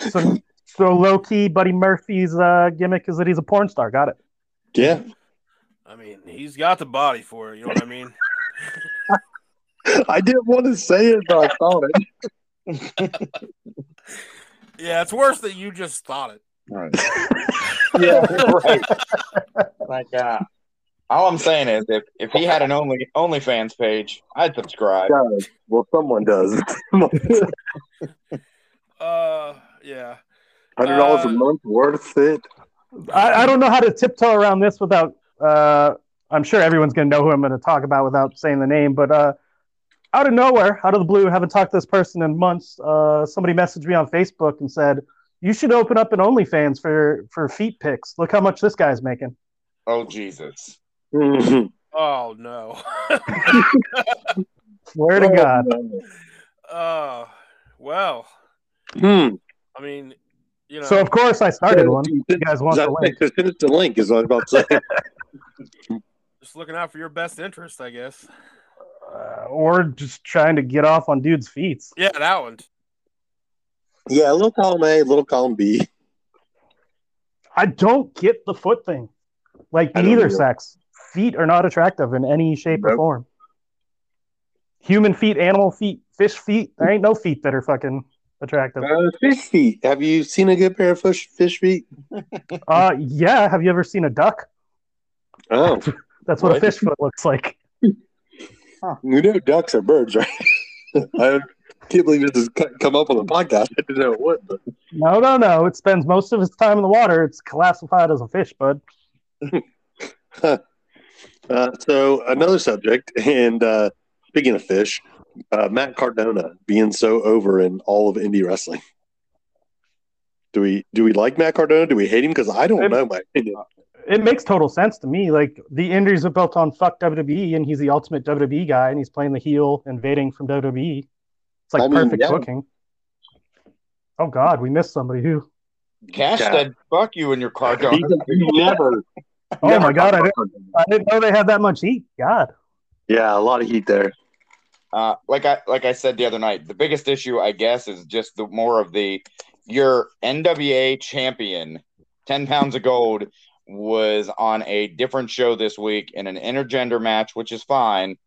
D: So, so low key, Buddy Murphy's uh, gimmick is that he's a porn star. Got it.
A: yeah,
E: I mean, he's got the body for it. You know what I mean?
A: I didn't want to say it, but I thought it.
E: Yeah, it's worse that you just thought it.
F: Right. yeah. Right. Like, uh, all I'm saying is, if, if he had an only OnlyFans page, I'd subscribe.
A: Guys, well, someone does.
E: Uh, yeah.
A: Hundred dollars
E: Uh,
A: a month worth it.
D: I, I don't know how to tiptoe around this without. Uh, I'm sure everyone's going to know who I'm going to talk about without saying the name, but uh, out of nowhere, out of the blue, haven't talked to this person in months. Uh, somebody messaged me on Facebook and said, "You should open up an OnlyFans for for feet pics. Look how much this guy's making."
F: Oh Jesus.
A: Mhm.
E: Oh no.
D: Swear to God,
E: Oh well.
A: Hmm.
E: I mean, you know.
D: So of course I started
A: So,
D: one.
A: dude,
D: You guys want
A: that-
D: the link?
A: so Send us the link is what I'm about to say.
E: just looking out for your best interest, I guess.
D: Uh, or just trying to get off on dudes' feet?
E: Yeah, that one.
A: yeah, little column A, little column B.
D: I don't get the foot thing. Like
A: I don't
D: neither
A: either.
D: sex, feet are not attractive in any shape or
A: Nope.
D: form. Human feet, animal feet, fish feet. There ain't no feet that are fucking attractive.
A: Uh, fish feet. Have you seen a good pair of fish fish feet?
D: Uh, yeah. Have you ever seen a duck?
A: Oh,
D: That's what,
A: What?
D: a fish foot looks like.
A: you know ducks are birds, right? I can't believe this has co- come up on the podcast. I didn't know it would. But
D: No, no, no. It spends most of its time in the water. It's classified as a fish, bud.
A: Uh, so another subject, and uh, speaking of fish, uh, Matt Cardona being so over in all of indie wrestling. Do we do we like Matt Cardona? Do we hate him? Because I don't
D: It-
A: know my opinion.
D: It makes total sense to me. Like the injuries are built on fuck WWE, and he's the ultimate WWE guy, and he's playing the heel, invading from WWE. It's like
A: I mean,
D: perfect
A: yeah.
D: booking. Oh God, we missed somebody who.
F: Cash
A: Yeah.
F: said fuck you in your car
A: He, he never.
D: Oh
A: never
D: my God, I
A: liked
D: didn't,
A: Cardona.
D: I didn't know they had that much heat. God,
A: Yeah, a lot of heat there.
F: Uh, like I like I said the other night, the biggest issue I guess is just the more of the your NWA champion, ten pounds of gold, was on a different show this week in an intergender match, which is fine,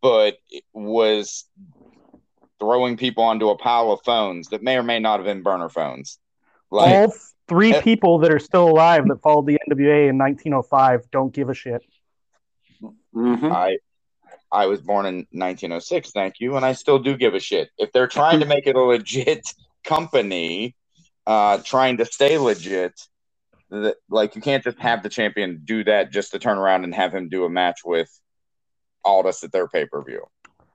F: but it was throwing people onto a pile of phones that may or may not have been burner phones. Like
D: all three
F: Eh.
D: people that are still alive that followed the NWA in 1905 don't give a shit.
A: Mm-hmm.
F: I I was born in 1906, thank you, and I still do give a shit. If they're trying to make it a legit company, uh, trying to stay legit, th- like you can't just have the champion do that just to turn around and have him do a match with Aldous at their pay per view.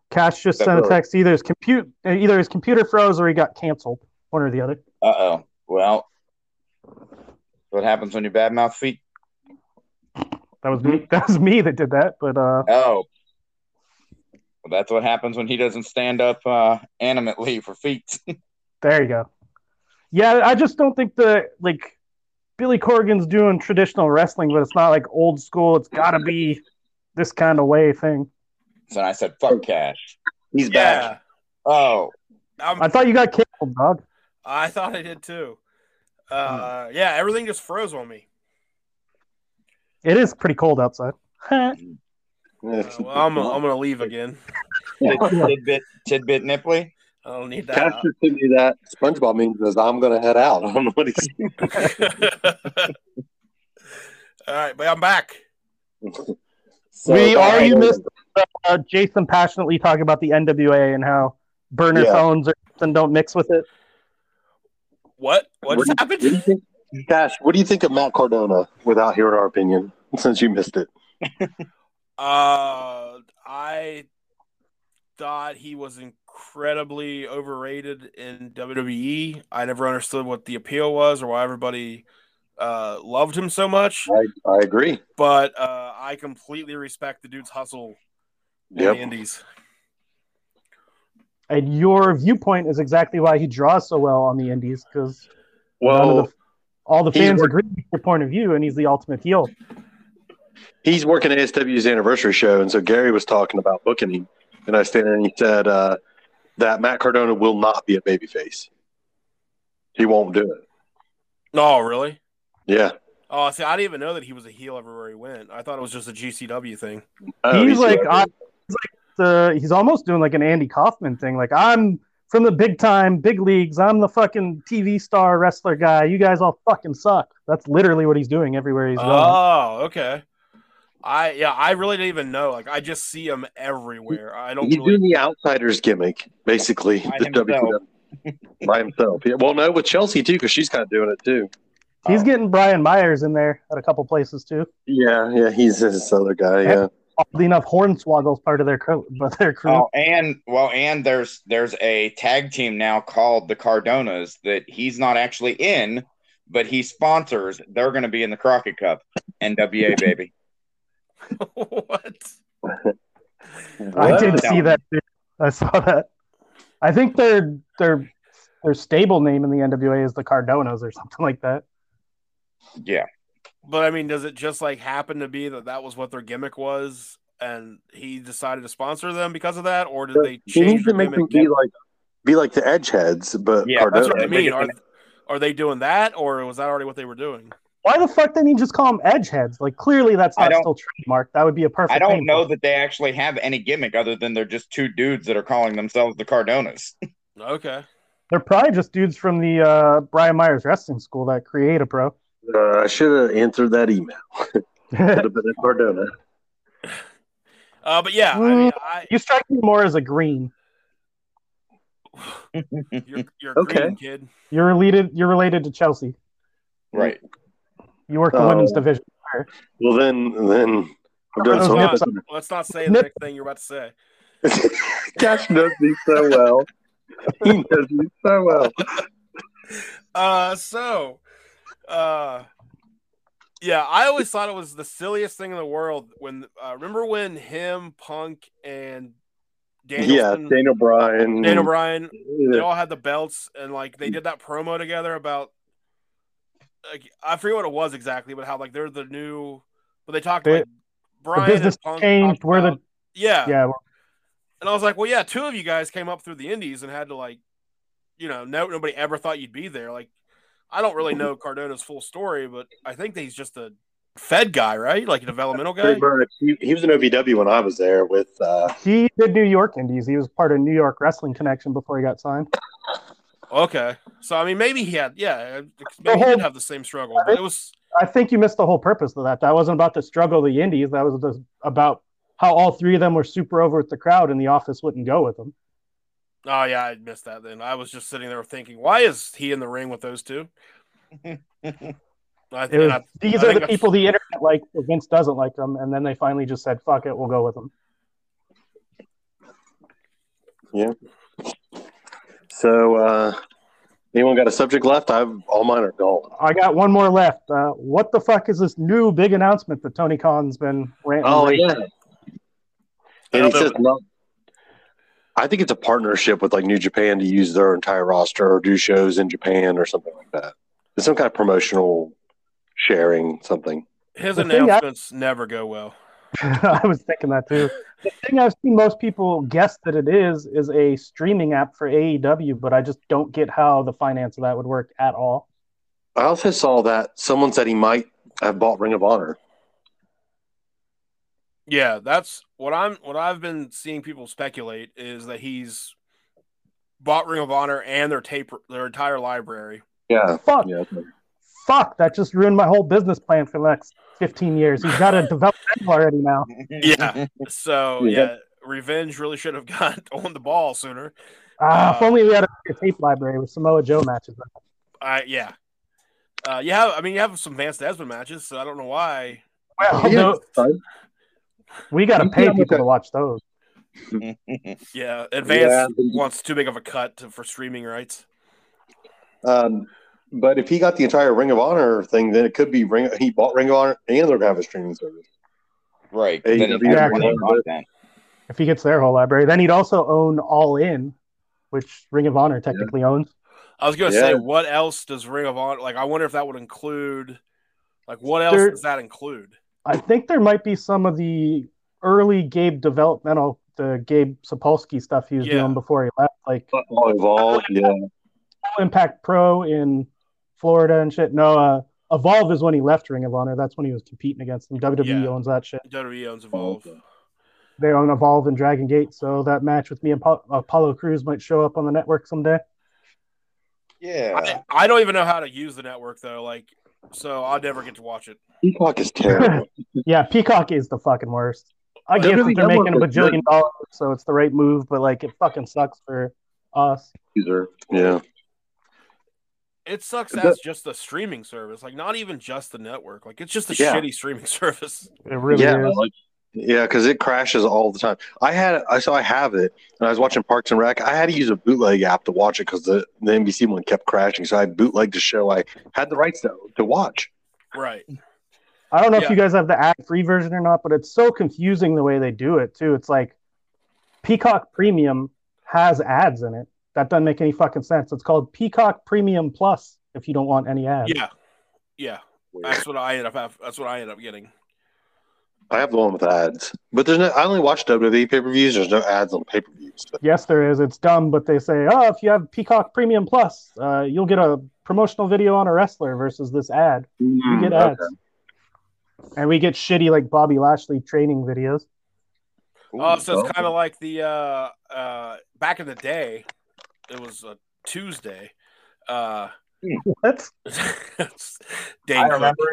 D: Cash just
F: That
D: sent a
F: really-
D: text. Either his compute, either his computer froze or he got canceled. One or the other.
F: Uh oh. Well, what happens when you badmouth feet?
D: That was
A: Mm-hmm.
D: me. That was me that did that. But uh,
F: Oh. Well, that's what happens when he doesn't stand up uh, animately for feet.
D: there you go. Yeah, I just don't think the like Billy Corgan's doing traditional wrestling, but it's not like old school. It's got to be this kind of way thing.
F: so I said, fuck cash.
A: He's back.
E: Yeah.
F: Oh,
E: I'm,
D: I thought you got canceled, dog.
E: I thought I did too. Uh, yeah, everything just froze on me.
D: It is pretty cold outside.
E: Uh, well, I'm, I'm gonna leave again.
F: tidbit, tidbit nipply.
E: I don't need
A: Cash just sent me that SpongeBob meme says I'm gonna head out. I don't know what he's.
E: that. All right, but I'm back.
A: So
D: we
A: that-
D: are you missed uh, Jason passionately talking about the NWA and how burner
A: Yeah.
D: phones or something don't mix with it.
E: What? What
A: What
E: just
A: do you
E: happened?
A: think- Cash, what do you think of Matt Cardona without hearing our opinion since you missed it?
E: Uh, I thought he was incredibly overrated in WWE. I never understood what the appeal was or why everybody uh, loved him so much.
A: I, I agree.
E: But uh, I completely respect the dude's hustle in the
A: Yep.
E: Indies.
D: And your viewpoint is exactly why he draws so well on the indies because
A: Well,
D: all the
A: He's
D: fans
A: work-
D: agree with your point of view, and he's the ultimate heel.
A: he's working ASW's anniversary show, and so Gary was talking about booking him, and I said, and he said uh, that Matt Cardona will not be a babyface. He won't do it.
E: Oh, really?
A: Yeah,
E: Oh, see, I didn't even know that he was a heel everywhere he went. I thought it was just a GCW thing.
A: Oh,
D: he's like,
A: good.
D: I, he's like the he's almost doing like an Andy Kaufman thing. Like I'm from the big time, big leagues. I'm the fucking TV star wrestler guy. You guys all fucking suck. That's literally what he's doing everywhere he's going.
E: Oh, okay. I yeah, I really didn't even know. Like, I just see him everywhere. I don't
A: he's
E: really.
A: doing the outsiders gimmick, basically.
F: By
A: The
F: himself.
A: WCW. by himself. Yeah. Well, no, with Chelsea too, because she's kind of doing it too.
D: He's
F: Oh.
D: getting Brian Myers in there at a couple places too.
A: Yeah, yeah, he's this other guy. Yeah,
D: Oddly enough, Hornswoggle's part of their crew, but their crew.
F: Oh, and well, and there's there's a tag team now called the Cardonas that he's not actually in, but he sponsors. They're going to be in the Crockett Cup, NWA baby.
E: what?
D: I
A: What?
D: did
F: That
D: see
F: one.
D: that. Too. I saw that. I think their their their stable name in the NWA is the Cardonas or something like that.
F: Yeah,
E: But I mean, does it just like happen to be that that was what their gimmick was, and he decided to sponsor them because of that, or did they
A: he
E: change
A: needs
E: the
A: to make them
E: gimmick?
A: be like be like the edge heads, but
F: Yeah,
E: That's what I
A: Cardona.
E: mean. Are, are they doing that, or was that already what they were doing?
D: Why the fuck didn't he just call them Edgeheads? Like clearly that's
F: I
D: not
F: don't-
D: still trademarked. That would be a perfect.
F: I don't
D: name for
F: know
D: it.
F: that they actually have any gimmick other than they're just two dudes that are calling themselves the Cardonas.
E: Okay.
D: They're probably just dudes from the uh, Brian Myers Wrestling School that create a pro.
A: Uh, I should have answered that email. Should have been at Cardona.
E: Uh, but yeah, I mean, I,
D: you strike me more as a green.
E: you're, you're
A: Okay.
E: green, kid.
D: You're related. You're related to Chelsea.
F: Right.
D: You work the
A: Oh.
D: women's division.
A: Well, then, then I'm doing
D: Those
A: something.
D: nips are-
E: Let's not say the next thing you're about to say.
A: Cash knows me so well. He knows me so well.
E: Uh, so, uh, yeah, I always thought it was the silliest thing in the world when uh, remember when him, Punk, and
A: Yeah,
E: Danielson,
A: Daniel Bryan.
E: Dan O'Brien, they
A: Yeah.
E: all had the belts and like they did that promo together about like I forget what it was exactly, but how like they're the new, but they talked
D: They-
E: like
D: The
E: Brian
D: business
E: and Punk
D: changed.
E: talked
D: Where the
E: about- yeah,
D: yeah.
E: and I was like, well, yeah, two of you guys came up through the Indies and had to like, you know, no, nobody ever thought you'd be there. Like, I don't really know Cardona's full story, but I think that he's just a Fed guy, right? Like a developmental guy.
A: Pretty much. He, he was in OVW when I was there with. Uh,
D: He did New York Indies. He was part of New York Wrestling Connection before he got signed.
E: Okay, so I mean, maybe he had, yeah, maybe he
D: whole-
E: did have the same struggle, but it was
D: I think you missed the whole purpose of that. That wasn't about to struggle the Indies. That was just about how all three of them were super over with the crowd, and the office wouldn't go with them.
E: Oh yeah, I missed that. Then I was just sitting there thinking, why is he in the ring with those two? I,
D: It
E: think
D: was,
E: I,
D: these
E: think
D: are the
E: that's-
D: people the internet like. but Vince doesn't like them, and then they finally just said, "Fuck it, we'll go with them."
A: so, uh, anyone got a subject left? I've all mine are gone.
D: I got one more left. Uh, what the fuck is this new big announcement that Tony Khan's been ranting?
A: Oh
D: about?
A: yeah. And
E: I
A: he
E: don't
A: says, "Love." I think it's a partnership with like New Japan to use their entire roster or do shows in Japan or something like that. It's some kind of promotional sharing something.
E: his
D: the thing I-
E: announcements never go well.
D: I was thinking that too. The thing I've seen most people guess that it is is a streaming app for AEW, but I just don't get how the finance of that would work at all.
A: I also saw that someone said he might have bought Ring of Honor.
E: Yeah, that's what I'm. What I've been seeing people speculate is that he's bought Ring of Honor and their tape, their entire library.
A: Yeah. Oh,
D: Fuck,
A: Yeah.
D: fuck, that just ruined my whole business plan for the next 15 years. He's got to develop that already now.
E: Yeah. So
A: Yeah.
E: yeah, Revenge really should have got on the ball sooner.
D: Ah, if
E: Uh,
D: only we had a, bigger tape library with Samoa Joe matches.
E: I yeah. Uh, you have, I mean, you have some Vance Desmond matches, so I don't know why.
D: Well,
A: Yeah,
D: no,
A: fine.
D: we got to
A: You
D: pay
A: can't look
D: people
A: at-
D: to watch those.
E: Yeah, Advance
A: Yeah.
E: wants too big of a cut to, for streaming rights.
A: Um, but if he got the entire Ring of Honor thing, then it could be Ring. He bought Ring of Honor, and they're gonna have a streaming service.
F: right.
A: Hey,
F: Then
A: W-
F: everyone
A: Yeah.
F: bought that.
D: If he gets their whole library, then he'd also own All In, which Ring of Honor technically owns.
E: I was gonna
A: Yeah.
E: say, what else does Ring of Honor like? I wonder if that would include, like, what else
D: There-
E: does that include?
D: I think there might be some of the early Gabe developmental, the Gabe Sapolsky stuff he was
E: Yeah.
D: doing before he left, like
A: All involved, yeah.
D: Full Impact Pro in Florida and shit. No, uh, Evolve is when he left Ring of Honor. That's when he was competing against them. WWE
E: Yeah.
D: E owns that shit.
E: WWE owns Evolve.
D: They own Evolve and Dragon Gate, so that match with me and Apollo, Apollo Cruz might show up on the network someday.
F: Yeah.
E: I, I don't even know how to use the network though. Like, so I'll never get to watch it.
A: Peacock is terrible.
D: Yeah, Peacock is the fucking worst. I get that they're
A: WWE
D: making a
A: was
D: bajillion
A: good.
D: dollars, so it's the right move, but like it fucking sucks for us.
A: User. Yeah.
E: It sucks that's just the streaming service, like not even just the network. Like it's just a
A: Yeah.
E: shitty streaming service.
D: It really
A: yeah,
D: is.
A: like- yeah, because it crashes all the time. I had, I so I have it, and I was watching Parks and Rec. I had to use a bootleg app to watch it because the, the NBC one kept crashing. So I bootlegged the show. I had the rights to, to watch.
E: Right.
D: I don't know
E: Yeah.
D: if you guys have the ad free version or not, but it's so confusing the way they do it too. It's like Peacock Premium has ads in it. That doesn't make any fucking sense. It's called Peacock Premium Plus if you don't want any ads.
E: Yeah. Yeah. That's what I end up have, that's what I end up getting.
A: I have the one with ads, but there's no. I only watch WWE pay per views. There's no ads on pay per views.
D: Yes, there is. It's dumb, but they say, oh, if you have Peacock Premium Plus, uh, you'll get a promotional video on a wrestler versus this ad. We
F: Hmm,
D: get ads. And we get shitty like Bobby Lashley training videos.
E: Oh, so it's kind of like the uh, uh, back in the day, it was a Tuesday. Uh,
D: What?
E: day
F: I remember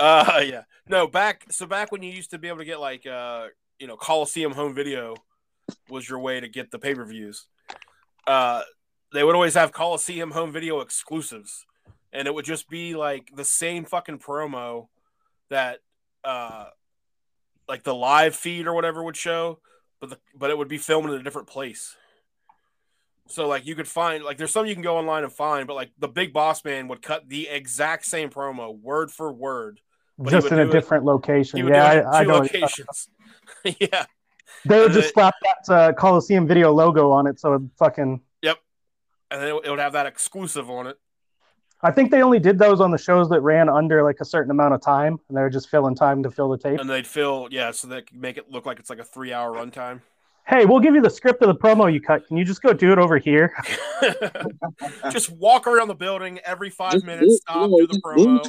E: Uh, yeah. No, back so back when you used to be able to get like uh, you know, Coliseum home video was your way to get the pay per views. Uh, they would always have Coliseum home video exclusives, and it would just be like the same fucking promo that uh, like the live feed or whatever would show, but the, but it would be filmed in a different place. So like you could find like there's some you can go online and find, but like the big boss man would cut the exact same promo word for word. But he
D: Just
E: would
D: in a
E: do it-
D: different
E: He
D: location.
E: would
D: Yeah,
E: do it in
D: I, I
E: two
D: know. what you're talking
E: locations. yeah.
D: They would
E: And
D: just
E: it-
D: slap that uh, Coliseum video logo on it, so it fucking.
E: And then it would- it would have that exclusive on it.
D: I think they only did those on the shows that ran under like a certain amount of time, and they were just filling time to fill the tape.
E: And they'd fill, yeah, so they could make it look like it's like a three hour runtime.
D: Hey, we'll give you the script of the promo you cut. Can you just go do it over here?
E: just walk around the building every five minutes, stop, do the promo.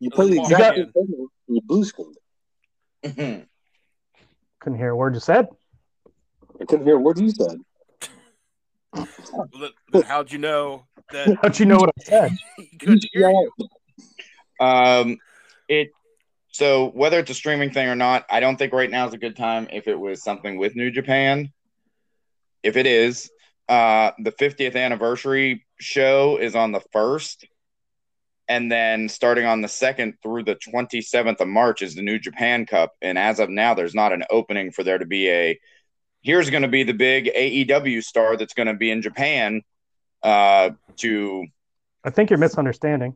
A: You
E: play
A: play the
E: the then walk
A: exact
E: exact in.
A: promo in the blue screen.
F: it.
D: Couldn't hear a word you said.
A: I couldn't hear a word you said.
E: Then- then How'd you know that
D: How'd you know what I said?
E: he couldn't hear you?
F: um, it so whether it's a streaming thing or not, I don't think right now is a good time. If it was something with New Japan, if it is, uh, the 50th anniversary show is on the first, and then starting on the second through the 27th of March is the New Japan Cup. And as of now, there's not an opening for there to be a. Here's going to be the big AEW star that's going to be in Japan uh, to
D: I think you're misunderstanding.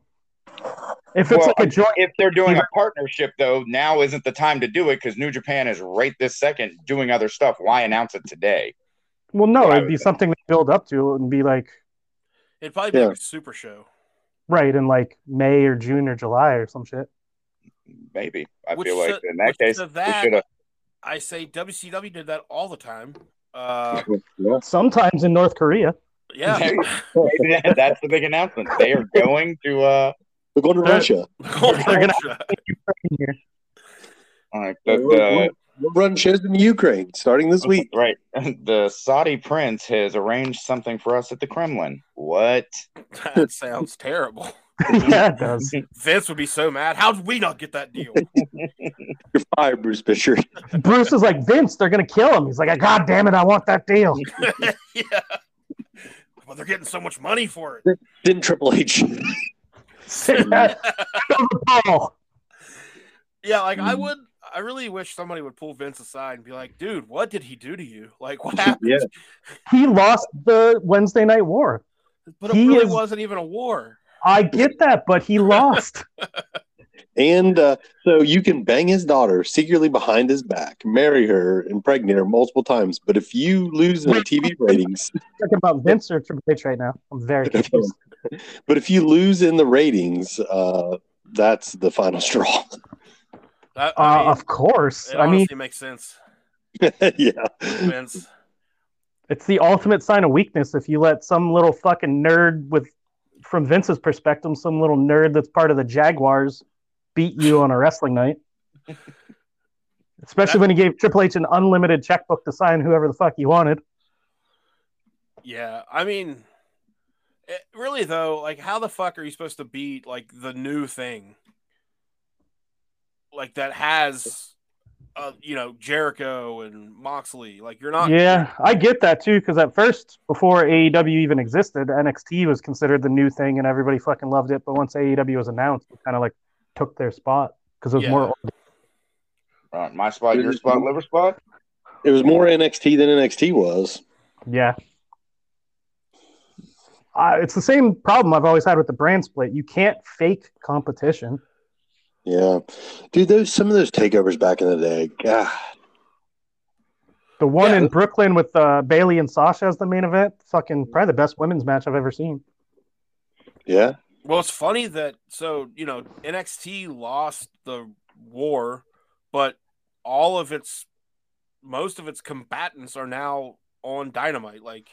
D: If it's
F: Well,
D: like a joint,
F: if they're doing a partnership though now isn't the time to do it because new japan is right this second doing other stuff why announce it today
D: well, no,
F: Yeah, I
D: it'd be
F: would-
D: something they build up to and be like
E: It'd probably be
A: Yeah.
E: like a super show,
D: right in like May or June or July or some shit.
F: maybe i
E: Which
F: feel like
E: to-
F: in that
E: which
F: case
E: to
F: they
E: that-
F: shoulda-
E: I say WCW did that all the time. Uh,
D: Sometimes in North Korea,
E: yeah,
F: maybe that- that's the big announcement they are going to uh
A: We're going to
E: They're-
A: Russia.
D: gonna- Here.
F: all right,
A: We're,
F: the,
A: we're-
F: the-
A: we're running shows in Ukraine starting this week.
F: right the saudi prince has arranged something for us at the kremlin what
E: that sounds terrible.
D: yeah, it does.
E: Vince would be so mad. How did we not get that deal?
A: You're fired, Bruce Fisher.
D: Bruce is like Vince, they're gonna kill him. He's like, God damn it, I want that deal.
E: yeah, well, they're getting so much money for it.
A: Then Triple H.
D: Sit down, throw the ball.
E: Yeah, like
D: Mm.
E: I would. I really wish somebody would pull Vince aside and be like, "Dude, what did he do to you? Like, what happened?"
A: Yeah.
D: He lost the Wednesday night war.
E: But it
D: He
E: really
D: is-
E: wasn't even a war.
D: I get that, but he lost.
A: And uh, so you can bang his daughter secretly behind his back, marry her, impregnate her multiple times. But if you lose in the TV ratings,
D: Talking about Vince or Triple H right now. I'm very confused.
A: but if you lose in the ratings, uh, that's the final straw.
E: I, I
D: Uh,
E: mean,
D: of course.
E: it
D: I mean,
E: honestly makes sense,
A: yeah.
E: Vince.
D: it's the ultimate sign of weakness if you let some little fucking nerd with, from Vince's perspective, some little nerd that's part of the Jaguars beat you on a wrestling night. Especially when he gave Triple H an unlimited checkbook to sign whoever the fuck he wanted.
E: Yeah, I mean, it, really though, like, how the fuck are you supposed to beat like the new thing, like that has a uh, you know Jericho and Moxley. Like you're not.
D: Yeah, I get that too. Because at first, before AEW even existed, NXT was considered the new thing, and everybody fucking loved it. But once AEW was announced, it kind of like took their spot because it was
E: Yeah.
D: more.
F: Uh, my spot, your spot, liver spot.
A: It was more NXT than NXT was.
D: Yeah. Uh, it's the same problem I've always had with the brand split. You can't fake competition.
A: Yeah, dude. Those some of those takeovers back in the day. God,
D: The one
A: Yeah.
D: in Brooklyn with uh, Bailey and Sasha as the main event, fucking probably the best women's match I've ever seen.
A: yeah,
E: Well, it's funny that so you know NXT lost the war, but all of its most of its combatants are now on Dynamite. Like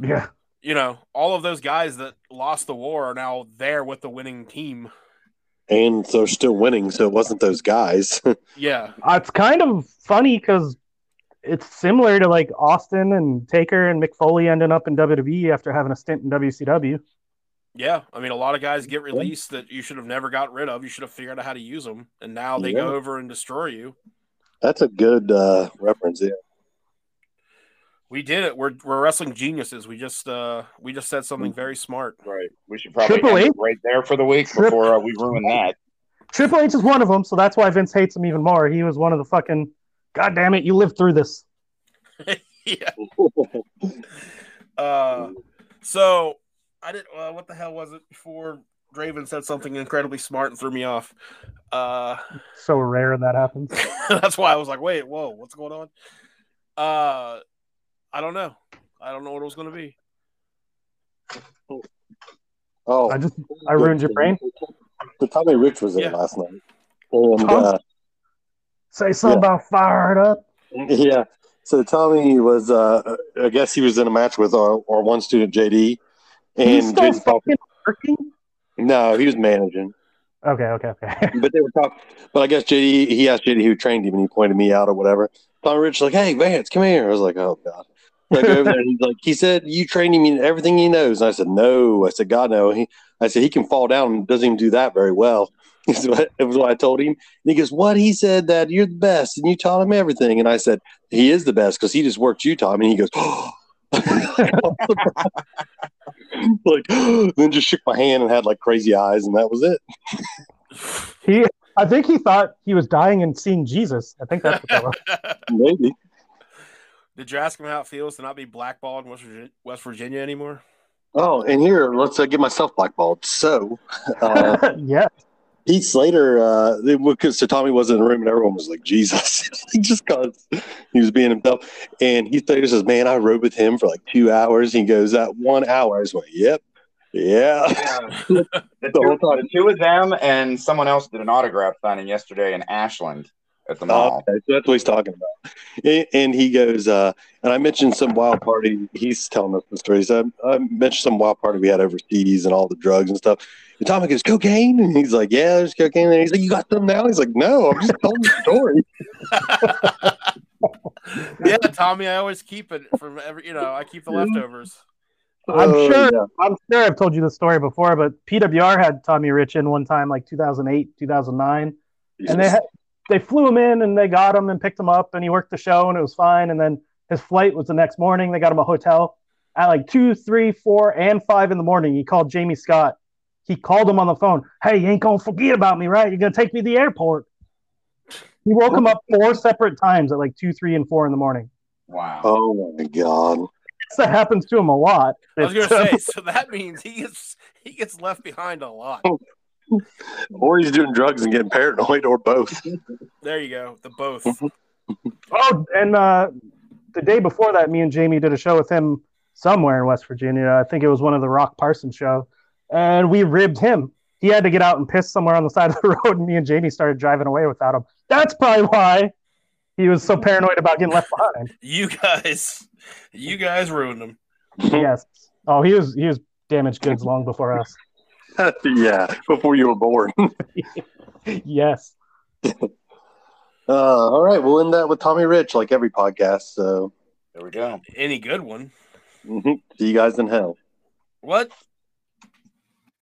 D: Yeah.
E: you know, all of those guys that lost the war are now there with the winning team.
A: and they're still winning. So it wasn't those guys.
E: Yeah,
D: Uh, it's kind of funny because it's similar to like Austin and Taker and Mick Foley ending up in WWE after having a stint in WCW.
E: yeah. I mean, a lot of guys get released that you should have never got rid of. You should have figured out how to use them, and now they go
A: Yeah.
E: over and destroy you.
A: That's a good uh, reference. Yeah.
E: We did it. We're we're wrestling geniuses. We just uh we just said something very smart.
F: Right. We should probably
D: Triple H?
F: end it right there for the week
D: Trip-
F: before uh, we ruin that.
D: Triple H is one of them, so that's why Vince hates him even more. He was one of the fucking, God damn it, you lived through this.
E: yeah. Uh, so I did. Uh, what the hell was it before? Draven said something incredibly smart and threw me off. Uh,
D: So rare that happens.
E: that's why I was like, wait, whoa, what's going on? Uh, I don't know. I don't know what it was going to be.
A: Oh,
D: I just I ruined your brain.
A: So Tommy Rich was there
E: Yeah.
A: last night, and
D: Tom-
A: uh,
D: say something about fired up.
A: yeah, so Tommy was. Uh, I guess he was in a match with our, our one student JD,
D: He's
A: and
D: still
A: James Paul-
D: fucking working.
A: no, he was managing.
D: Okay, okay, okay.
A: But they were talking. But I guess JD, he asked JD who trained him, and he pointed me out or whatever. Tommy Rich like, hey Vance, come here. I was like, oh god. So I go over there, and he's like, he said you trained him in everything he knows. And I said, no. I said, God no. He, I said he can fall down and doesn't even do that very well. That's what- It was what I told him. And he goes, what he said that you're the best, and you taught him everything. And I said, he is the best because he just worked you, Tommy. And he goes, oh. like then just shook my hand and had like crazy eyes and that was it
D: he, I think he thought he was dying and seeing Jesus. I think that's what that was.
A: maybe
E: Did you ask him how it feels to not be blackballed in West Virginia, West Virginia anymore?
A: Oh, and here, let's uh, get myself blackballed. So, uh,
D: yeah,
A: Pete Slater, uh, because so Tommy wasn't in the room and everyone was like, Jesus, He just cause he was being himself. And Heath Slater says, Man, I rode with him for like two hours. He goes, That one hour. I just went, Yep. Yeah.
F: the, two,
A: The whole time.
F: the two of them and someone else did an autograph signing yesterday in Ashland at
A: Uh,
F: the mall.
A: Oh, Okay, so that's what he's talking about. And, and he goes, uh, and I mentioned some wild party. He's telling us the story. He said, I mentioned some wild party we had overseas and all the drugs and stuff. And Tommy goes, cocaine? And he's like, yeah, there's cocaine. And he's like, you got some now? He's like, no, I'm just telling the story.
E: yeah, Tommy, I always keep it from every, you know, I keep the leftovers.
D: I'm
A: Oh,
D: sure.
A: yeah.
D: I'm sure I've told you this story before, but PWR had Tommy Rich in one time, like 2008, 2009, and they had, they flew him in and they got him and picked him up, and he worked the show and it was fine. And then his flight was the next morning. They got him a hotel at like two, three, four, and five in the morning. He called Jamie Scott. He called him on the phone. Hey, you ain't gonna forget about me, right? You're gonna take me to the airport. He woke him up four separate times at like two, three, and four in the morning.
F: Wow.
A: Oh, my God.
D: That happens to him a lot.
E: I was gonna say, so that means he gets he gets left behind a lot.
A: Or he's doing drugs and getting paranoid or both.
E: There you go, the both.
D: Oh, and uh, the day before that, me and Jamie did a show with him somewhere in West Virginia. I think it was one of the Rock Parsons show, and we ribbed him. He had to get out and piss somewhere on the side of the road, and me and Jamie started driving away without him. That's probably why he was so paranoid about getting left behind.
E: You guys, you guys ruined him.
D: yes. Oh, he was he was damaged goods long before us.
A: yeah, before you were born.
D: Yes.
A: Uh, all right, we'll end that with Tommy Rich like every podcast. So,
F: There we go.
E: Any good one?
A: Mm-hmm. mhm. see you guys in hell.
E: What?